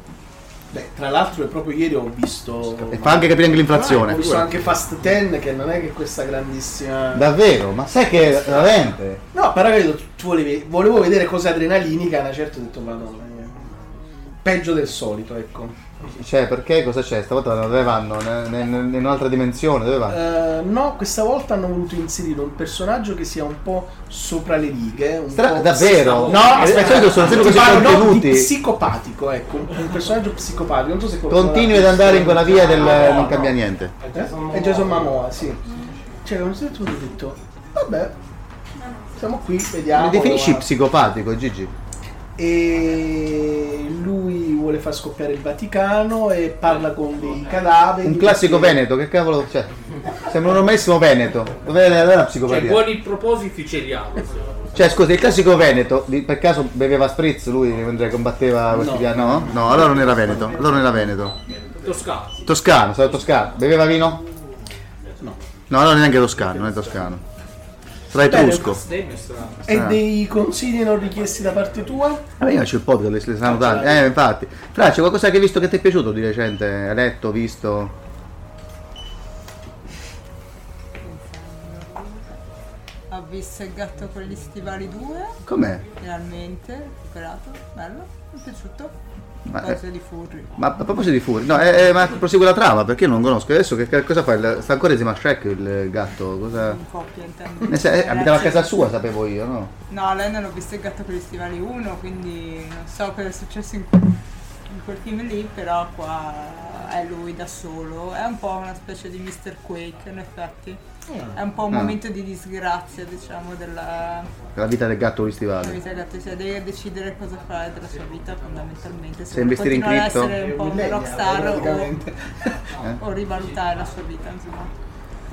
Beh, tra l'altro è proprio ieri ho visto... E fa anche capire anche l'inflazione. Ah, Ho visto anche Fast 10 che non è che questa grandissima... Davvero? Ma sai che veramente? No, però capito, tu- tu volevi- volevo vedere cosa adrenalinica, una certa ho detto, madonna, eh, peggio del solito, ecco. Cioè, perché cosa c'è? Stavolta dove vanno? Ne- ne- ne- in un'altra dimensione, dove vanno? Eh, no, questa volta hanno voluto inserire un personaggio che sia un po' sopra le righe. Un Stra- po' davvero? No, Eh, aspetta, di solito sono sempre ti così parlo, no, contenuti. di psicopatico, ecco, un, un personaggio psicopatico. Non so se qualcuno Continui l'ha ad visto. andare in quella via del No, non no. cambia niente. Eh? È Jason Mamoa, sì. Cioè, non so se tu hai detto, vabbè, siamo qui, vediamo. Mi definisci va. psicopatico, Gigi? e lui vuole far scoppiare il Vaticano e parla con dei cadaveri. Un classico perché- veneto, che cavolo c'è? Sembra un omessimo veneto. Dov'è la, dov'è la Cioè, psicopatia? buoni propositi ce li ha. Cioè, scusa, il classico Veneto, di- per caso beveva Spritz lui mentre combatteva questi No. piani? No? No, allora non era Veneto, allora non era Veneto. Toscano. Toscano, sarà toscano. Beveva vino? No, allora neanche toscano, non è toscano. Sarà etrusco. E dei consigli non richiesti da parte tua? Vabbè, Ah, io c'è il podcast, le le sanno tanti. Eh, infatti. Fra, c'è qualcosa che hai visto che ti è piaciuto di recente? Hai letto, visto? Ho visto il gatto con gli stivali 2. Com'è? Finalmente, recuperato. Bello, mi è piaciuto. Ma Cose è- di furri. Ma a proposito di Furi, no, eh, eh, ma prosegue la trama perché io non conosco. Adesso che, che cosa fa? Il- Sta ancora insieme a Shrek il gatto? Cosa... In coppia intendo. Nel sen- eh, abitava a Ragazzi- casa sua, sapevo io, no? No, lei non ho visto il gatto con gli stivali 1, quindi non so cosa è successo in, in quel film lì, però qua è lui da solo. È un po' una specie di Mr. Quake, in effetti. È un po' un Ah. momento di disgrazia, diciamo, della, La vita del gatto con gli della stivali. vita del gatto. Cioè, deve decidere cosa fare della sua vita, fondamentalmente. Se investire in continuare cripto? ad essere un po' un Millennial, rockstar o, praticamente. Eh? o rivalutare la sua vita, insomma.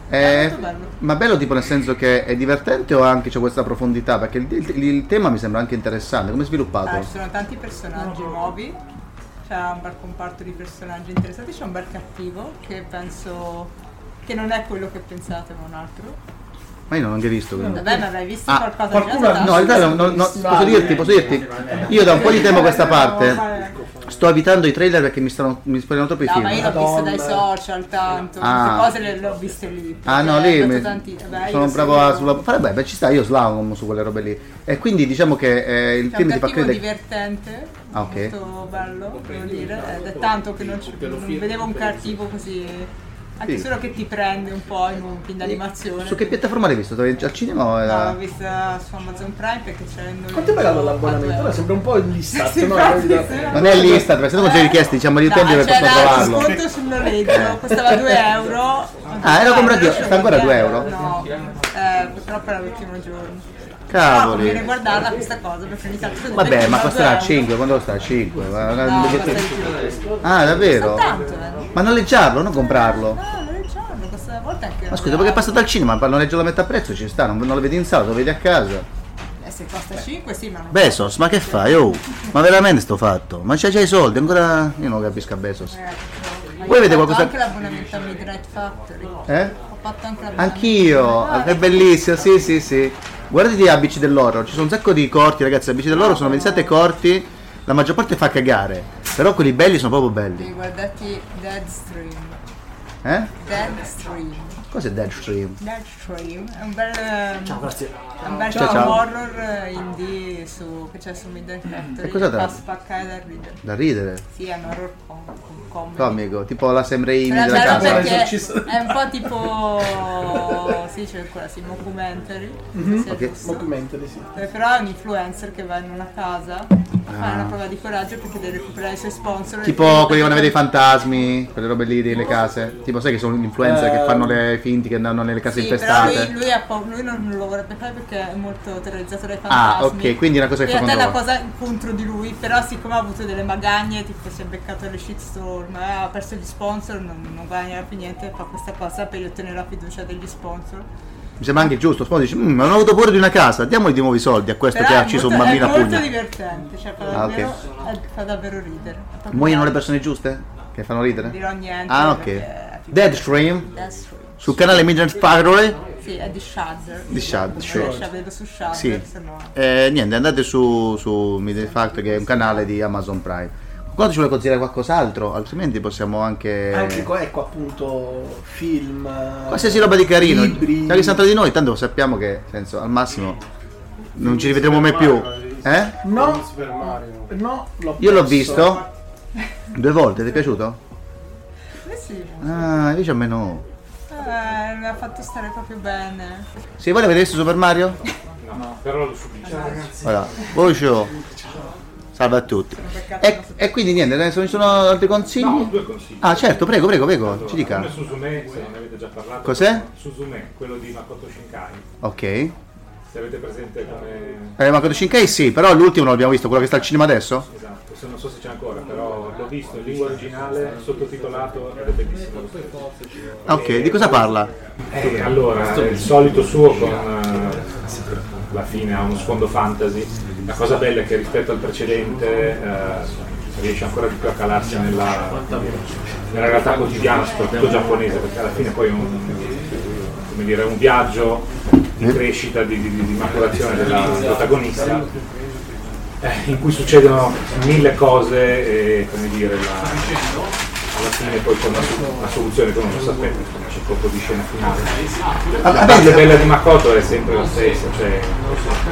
Eh, molto bello. ma bello tipo nel senso che è divertente o anche c'è questa profondità? Perché il, il- il tema mi sembra anche interessante, come è Ah, sviluppato? ci sono tanti personaggi nuovi, c'è un bel comparto di personaggi interessanti, c'è un bel cattivo che penso che non è quello che pensate ma un altro. Ma io non l'ho anche visto. quindi. Vabbè, ma avrai visto Ah, qualcosa qualcuno- già? No, in realtà non- non- non- posso dirti, posso dirti, io da un po' di tempo a questa parte sto evitando i trailer perché mi stanno mi spoilerano troppo i No, ma io l'ho film. visto dai social tanto, Ah. queste cose le, le ho viste lì. Ah no, perché lì ho fatto mi- tanti- vabbè, Ah, io sono sì, bravo a sulla... Vabbè, beh, ci sta, io slavo su quelle robe lì. E quindi diciamo che eh, il C'è un film ti fa cattivo credere... divertente, Ah, ok. molto bello, devo dire, ed è tanto che non, ci- non vedevo un cattivo così Anche Sì. solo che ti prende un po' in un film d'animazione. Su che piattaforma l'hai visto? Dove- Al cinema o eh, No, era- l'ho vista su Amazon Prime perché c'è il Quanto è pagato l'abbonamento? Ora sembra un po' il listat, no? Non è l'Istat, perché se dopo ci richiesti diciamo agli utenti per c'era poter il trovarlo. Eh. sconto sul noleggio, costava 2 euro. Ah, era comprato, sta ancora 2 euro. No, eh, purtroppo era l'ultimo giorno. Però conviene Cavoli. guardarla questa cosa perché ogni tanto Vabbè, ma costerà 5, cinque quando costerà 5? No, costa di più. Ah, davvero? Costa tanto, eh. Ma noleggiarlo, non comprarlo. Ah, non è giorno, questa volta anche. Ma scusa, perché è passato al cinema, il noleggio la metà a prezzo, ci sta, non, non lo vedi in sala, lo vedi a casa. Eh, se costa 5, sì, ma non. Bezos, ma che fai? Oh, ma veramente sto fatto? Ma c'hai già i soldi, ancora... Io non capisco a Bezos. Eh. Ma io Voi avete ho fatto qualcosa- anche l'abbonamento a Midnight Factory. Eh? Ho fatto anche l'abbonamento. Anch'io, è bellissimo, sì sì sì. Guardati a bici dell'oro, ci sono un sacco di corti ragazzi, a bici dell'oro sono 27 corti, la maggior parte fa cagare, però quelli belli sono proprio belli. Devi guardarti Deadstream. Eh? Deadstream. Cos'è Deadstream? Deadstream è un bel. ehm, Ciao, grazie. È un bel Ciao, ciao. horror eh, indie su, che c'è su Midnight Factory. Eh, E cosa che tra- fa spaccare da ridere. Da ridere? Sì, è un horror com- com- comedy. Comico, tipo la Sam Raimi Però della c'era casa. perché è un po' tipo. sì, c'è quella, sì, mockumentary. Mhm. se Ok. giusto. Mockumentary, sì. Eh, Però è un influencer che va in una casa a fare Ah. una prova di coraggio perché deve recuperare i suoi sponsor. Tipo quelli che vanno a vedere i fantasmi, quelle robe lì delle case. Tipo sai che sono gli influencer che fanno le finti che andranno nelle case Eh. Sì, però infestate. lui, lui ha paura- lui non lo vorrebbe fare perché è molto terrorizzato dai Ah, fantasmi. ok, quindi è una cosa che In fa realtà è una contro cosa contro di lui, però siccome ha avuto delle magagne, tipo si è beccato le shitstorm, eh, ha perso gli sponsor, non, non guadagnerà più niente, fa questa cosa per ottenere la fiducia degli sponsor. Mi sembra anche giusto, Spono dice, "Mm, ma non ho avuto paura di una casa, diamogli di nuovi soldi a questo Però che ha è ucciso un molto- bambino a È molto pugno. divertente, cioè fa Ah, ok. davvero, eh, fa davvero ridere. È proprio Muoiono le bello. persone giuste? Che fanno ridere? Dirò niente, Ah, ok. perché- Deadstream Deadstream. sul canale Midnight Factory Sì, è di Shudder. di Shad. Shudder. Vedo su Shudder, Sì. se no... Eh, niente, andate su, su Midnight Factory che è un canale di Amazon Prime. Quando ci vuole consigliare qualcos'altro, altrimenti possiamo anche. Anche qua, ecco appunto, film. eh, Qualsiasi roba di carino. libri. Cari Santa di noi, tanto sappiamo che nel senso, al massimo non ci rivedremo mai più. Eh? No, no, l'ho Io l'ho perso. visto due volte, ti è piaciuto? Eh sì, Ah, invece a me no. eh, mi ha fatto stare proprio bene. Se voi l'avete visto Super Mario? No, però lo subisce. Allora, voi show. Salve a tutti. E, e quindi niente, adesso ci sono altri consigli? No, due consigli. Ah, certo, prego, prego, prego, Allora, ci dica. uno è Suzume, se non ne avete già parlato. Cos'è? Suzume, quello di Makoto Shinkai. Ok. Se avete presente come... Eh, Makoto Shinkai sì, però l'ultimo non l'abbiamo visto, quello che sta al cinema adesso? Esatto, se non so se c'è ancora, però l'ho visto in lingua originale, sottotitolato, ed è bellissimo. lo stesso. Ah, ok, di cosa parla? Eh, allora, è il solito suo con eh, alla fine ha uno sfondo fantasy. La cosa bella è che rispetto al precedente eh, riesce ancora di più a calarsi nella, nella realtà quotidiana, soprattutto giapponese, perché alla fine poi è un, come dire, un viaggio di Eh. crescita, di, di- di- di maturazione della protagonista, eh, in cui succedono mille cose e come dire la- alla fine poi con la, sol- la soluzione che non lo sapete, c'è proprio di scena finale. La parte bella di Makoto è sempre la stessa, cioè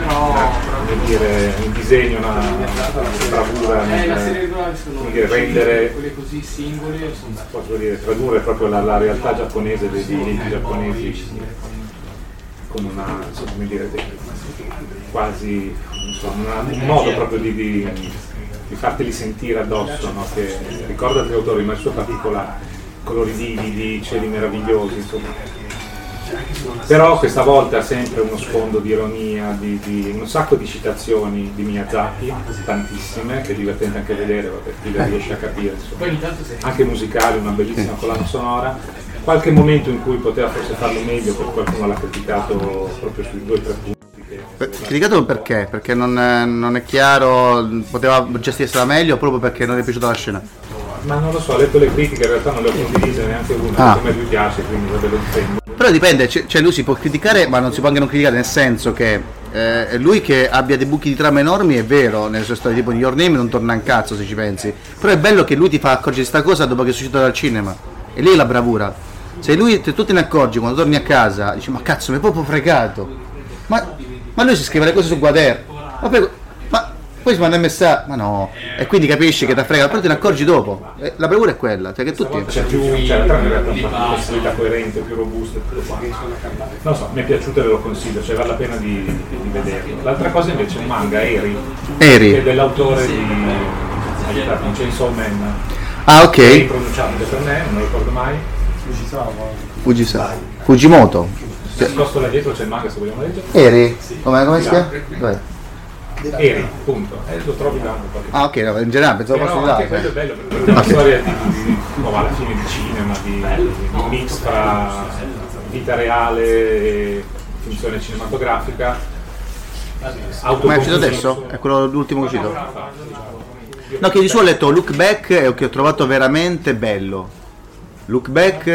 come dire, un disegno, una, una bravura Eh, la serie nel regolare sono come dire, rendere quelle così singole sono posso dire, tradurre proprio la, la realtà giapponese dei diritti giapponesi con una, so come dire, de- quasi non so, una- un modo proprio di, di, di farteli sentire addosso, no? che ricorda gli autori, ma il suo particolare, colori vividi, cieli meravigliosi, insomma. Però questa volta ha sempre uno sfondo di ironia, di, di- un sacco di citazioni di Miyazaki, tantissime, che è divertente anche vedere, vabbè, chi le riesce a capire. insomma. Poi ogni tanto sei- Anche musicali, una bellissima colonna sonora. Qualche momento in cui poteva forse farlo meglio, perché qualcuno l'ha criticato proprio sui due o tre punti. che- Per- Criticato perché? Perché non, eh, non è chiaro, poteva gestirsela meglio proprio perché non è piaciuta la scena. Ma non lo so, ho letto le critiche, in realtà non le ho condivise neanche una, Ah. come mi piace, quindi vabbè lo difendo. Però dipende, c- cioè lui si può criticare ma non si può anche non criticare, nel senso che eh, lui che abbia dei buchi di trama enormi è vero, nelle sue storie tipo in Your Name non torna un cazzo se ci pensi, però è bello che lui ti fa accorgere sta cosa dopo che è uscito dal cinema e lì è la bravura. Se lui se tu te ne accorgi quando torni a casa, dici ma cazzo mi è proprio fregato, ma, ma lui si scrive le cose su Guader, ma, poi- ma Poi si manda il messaggio, ma no, e quindi capisci che ti frega, però te ne accorgi dopo. Eh, La paura è quella, cioè che tutti. C'è più c'è la trama è una possibilità coerente, più robusta e tutto quanto. Non so, mi è piaciuto e ve lo consiglio, cioè vale la pena di, di vederlo. L'altra cosa invece è un manga, Eri, Eri. che è dell'autore di aiutatemi, Chainsaw Man. Ah, ok. È impronunciabile per me, non lo ricordo mai. Fujisa- Fujimoto. Nascosto là dietro c'è il manga se vogliamo leggere. Eri? Come, come si chiama? Dov'è? Eri, punto. Eh, lo trovi da qualche Ah, ok, no, in generale, pensavo Però fosse eh. di anche quello è bello perché è una storia di, di- no, alla fine di cinema, di, di un mix tra vita reale e funzione cinematografica. Ma è uscito adesso? È quello l'ultimo uscito? No, che di suo ho letto Look Back e che ho trovato veramente bello. Look Back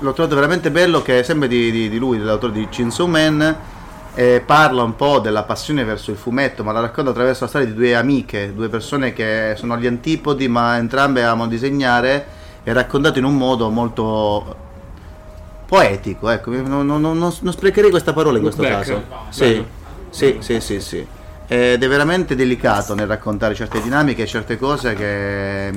l'ho trovato veramente bello che è sempre di, di- di lui, dell'autore di Chainsaw Man. e parla un po' della passione verso il fumetto, ma la racconta attraverso la storia di due amiche, due persone che sono agli antipodi, ma entrambe amano disegnare. È raccontato in un modo molto poetico, ecco, non, non- non- non sprecherei questa parola in Look questo back. caso. Sì, sì, sì, sì, sì. Ed è veramente delicato nel raccontare certe dinamiche e certe cose che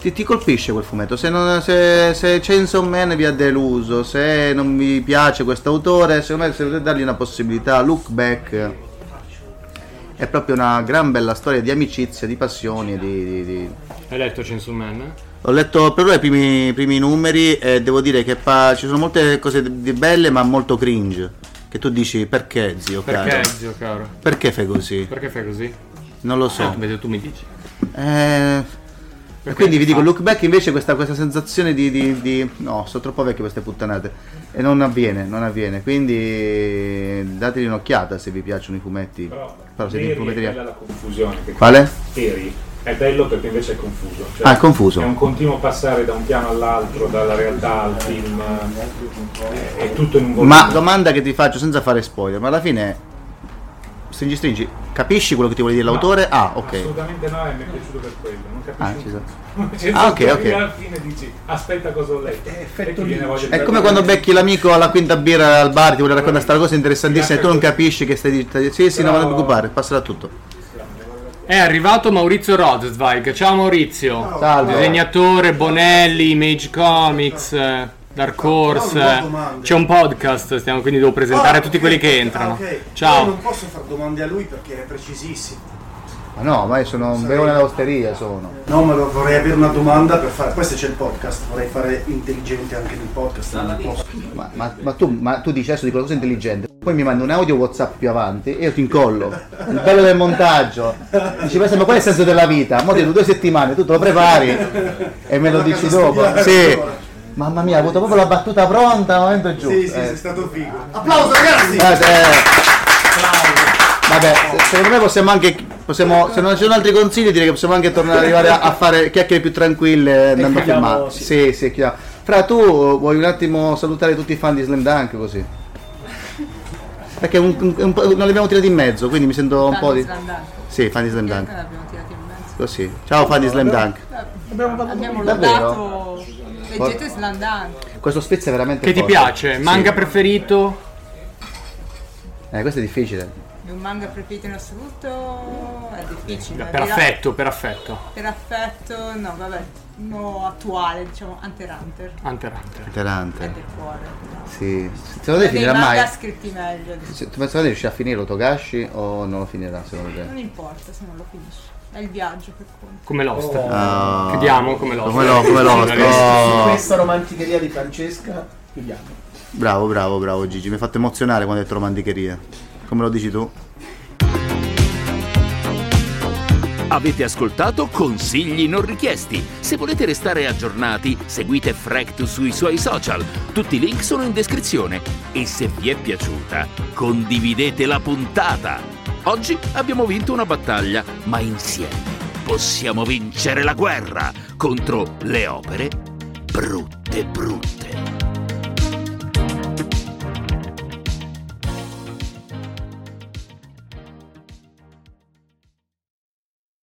ti, ti colpisce quel fumetto. Se, non, se, se Chainsaw Man vi ha deluso, se non vi piace quest'autore, secondo me se volete dargli una possibilità, look back. È proprio una gran bella storia di amicizia, di passioni, e di- di- di, Hai letto Chainsaw Man? ho letto per ora i primi, i primi numeri e devo dire che pa- ci sono molte cose di di belle ma molto cringe. Che tu dici perché zio Perché, caro? zio caro? Perché fai così? Perché fai così? Non lo so. Ah, vedi, tu mi dici. Eh, e quindi vi dico, look back invece questa, questa sensazione di, di- di- No, sono troppo vecchio queste puttanate. E non avviene, non avviene. Quindi dategli un'occhiata se vi piacciono i fumetti. Però siete in Eri è fumetteria. bella la confusione. Che Quale? Eri è bello perché invece è confuso. cioè Ah, è confuso. È un continuo passare da un piano all'altro, dalla realtà al film. eh, È tutto in un volume. Ma domanda che ti faccio senza fare spoiler, ma alla fine stringi stringi, capisci quello che ti vuole dire l'autore? Ah, ok. Assolutamente no, e mi è piaciuto per quello. Non capisci Ah, ci un- sono. Cioè, Ah, ok, tu ok. Alla fine dici, aspetta cosa ho letto. E ti viene voglia di È come guardare. quando becchi l'amico alla quinta birra al bar, ti vuole raccontare questa cosa interessantissima e tu non capisci che stai dicendo. Sì, sì, no, non preoccupare, passerà tutto. È arrivato Maurizio Rodzweig. Ciao Maurizio. Salve. Disegnatore, Bonelli, Image Comics, eh, Dark Horse. però eh. ho domande. C'è un podcast, stiamo, quindi devo presentare Ah, tutti quelli ok, che entrano. ah, ok. Io Ciao. non posso fare domande a lui perché è precisissimo. Ma no, ma io sono un beone all'osteria, sono. No, ma lo- vorrei avere una domanda per fare. Questo c'è il podcast, vorrei fare intelligente anche nel podcast. non posso. Ma, ma- ma tu, ma tu dici adesso di qualcosa intelligente, poi mi mandi un audio WhatsApp più avanti e io ti incollo. Il bello del montaggio. Dici, ma sembra qual è il senso della vita? Mo' ti do due settimane, tu te lo prepari e me lo dici dopo. Sì. Mamma mia, ho avuto proprio la battuta pronta, ma mentre giù. Sì, sì, Eh. sei stato figo. Applauso ragazzi! Guarda, eh. Vabbè, Oh. se- secondo me possiamo anche. possiamo- se non ci sono altri consigli, direi che possiamo anche tornare arrivare a, a fare chiacchiere più tranquille eh, andando a chiudiamo, filmare. Sì, sì, chiudiamo. Fra tu eh, vuoi un attimo salutare tutti i fan di Slam Dunk così? Perché un- un- un po' non li abbiamo tirati in mezzo, quindi mi sento un Fan po' di di. Slam Dunk. Sì, fan di Slam Perché Dunk. l'abbiamo tirato in mezzo? Così. Ciao fan di Slam Dunk. Abbiamo, abbiamo Davvero? lodato. Leggete Slam Dunk. Questo spezia è veramente Che ti forte. piace? Sì. Manga preferito? Eh, questo è difficile. Il manga preferito in assoluto è difficile. Per Dirà- affetto, per affetto. Per affetto, no, vabbè, no, attuale, diciamo, Hunter x Hunter. Hunter x Hunter. Interante. È del cuore. Sì. Secondo te È dei finirà manga mai? scritti meglio. diciamo. Se- Secondo te riuscirà a finire Togashi o non lo finirà secondo te? Non importa se non lo finisci. È il viaggio per conto. Come Lost. Oh. Ah. Chiudiamo come Lost. Come lo- come Lost, Su oh. questa romanticheria di Francesca, chiudiamo. Bravo, bravo, bravo Gigi, mi hai fatto emozionare quando hai detto romanticheria. Come lo dici tu? Avete ascoltato consigli non richiesti. Se volete restare aggiornati, seguite Fractus sui suoi social. Tutti i link sono in descrizione. E se vi è piaciuta, condividete la puntata. Oggi abbiamo vinto una battaglia, ma insieme possiamo vincere la guerra contro le opere brutte brutte.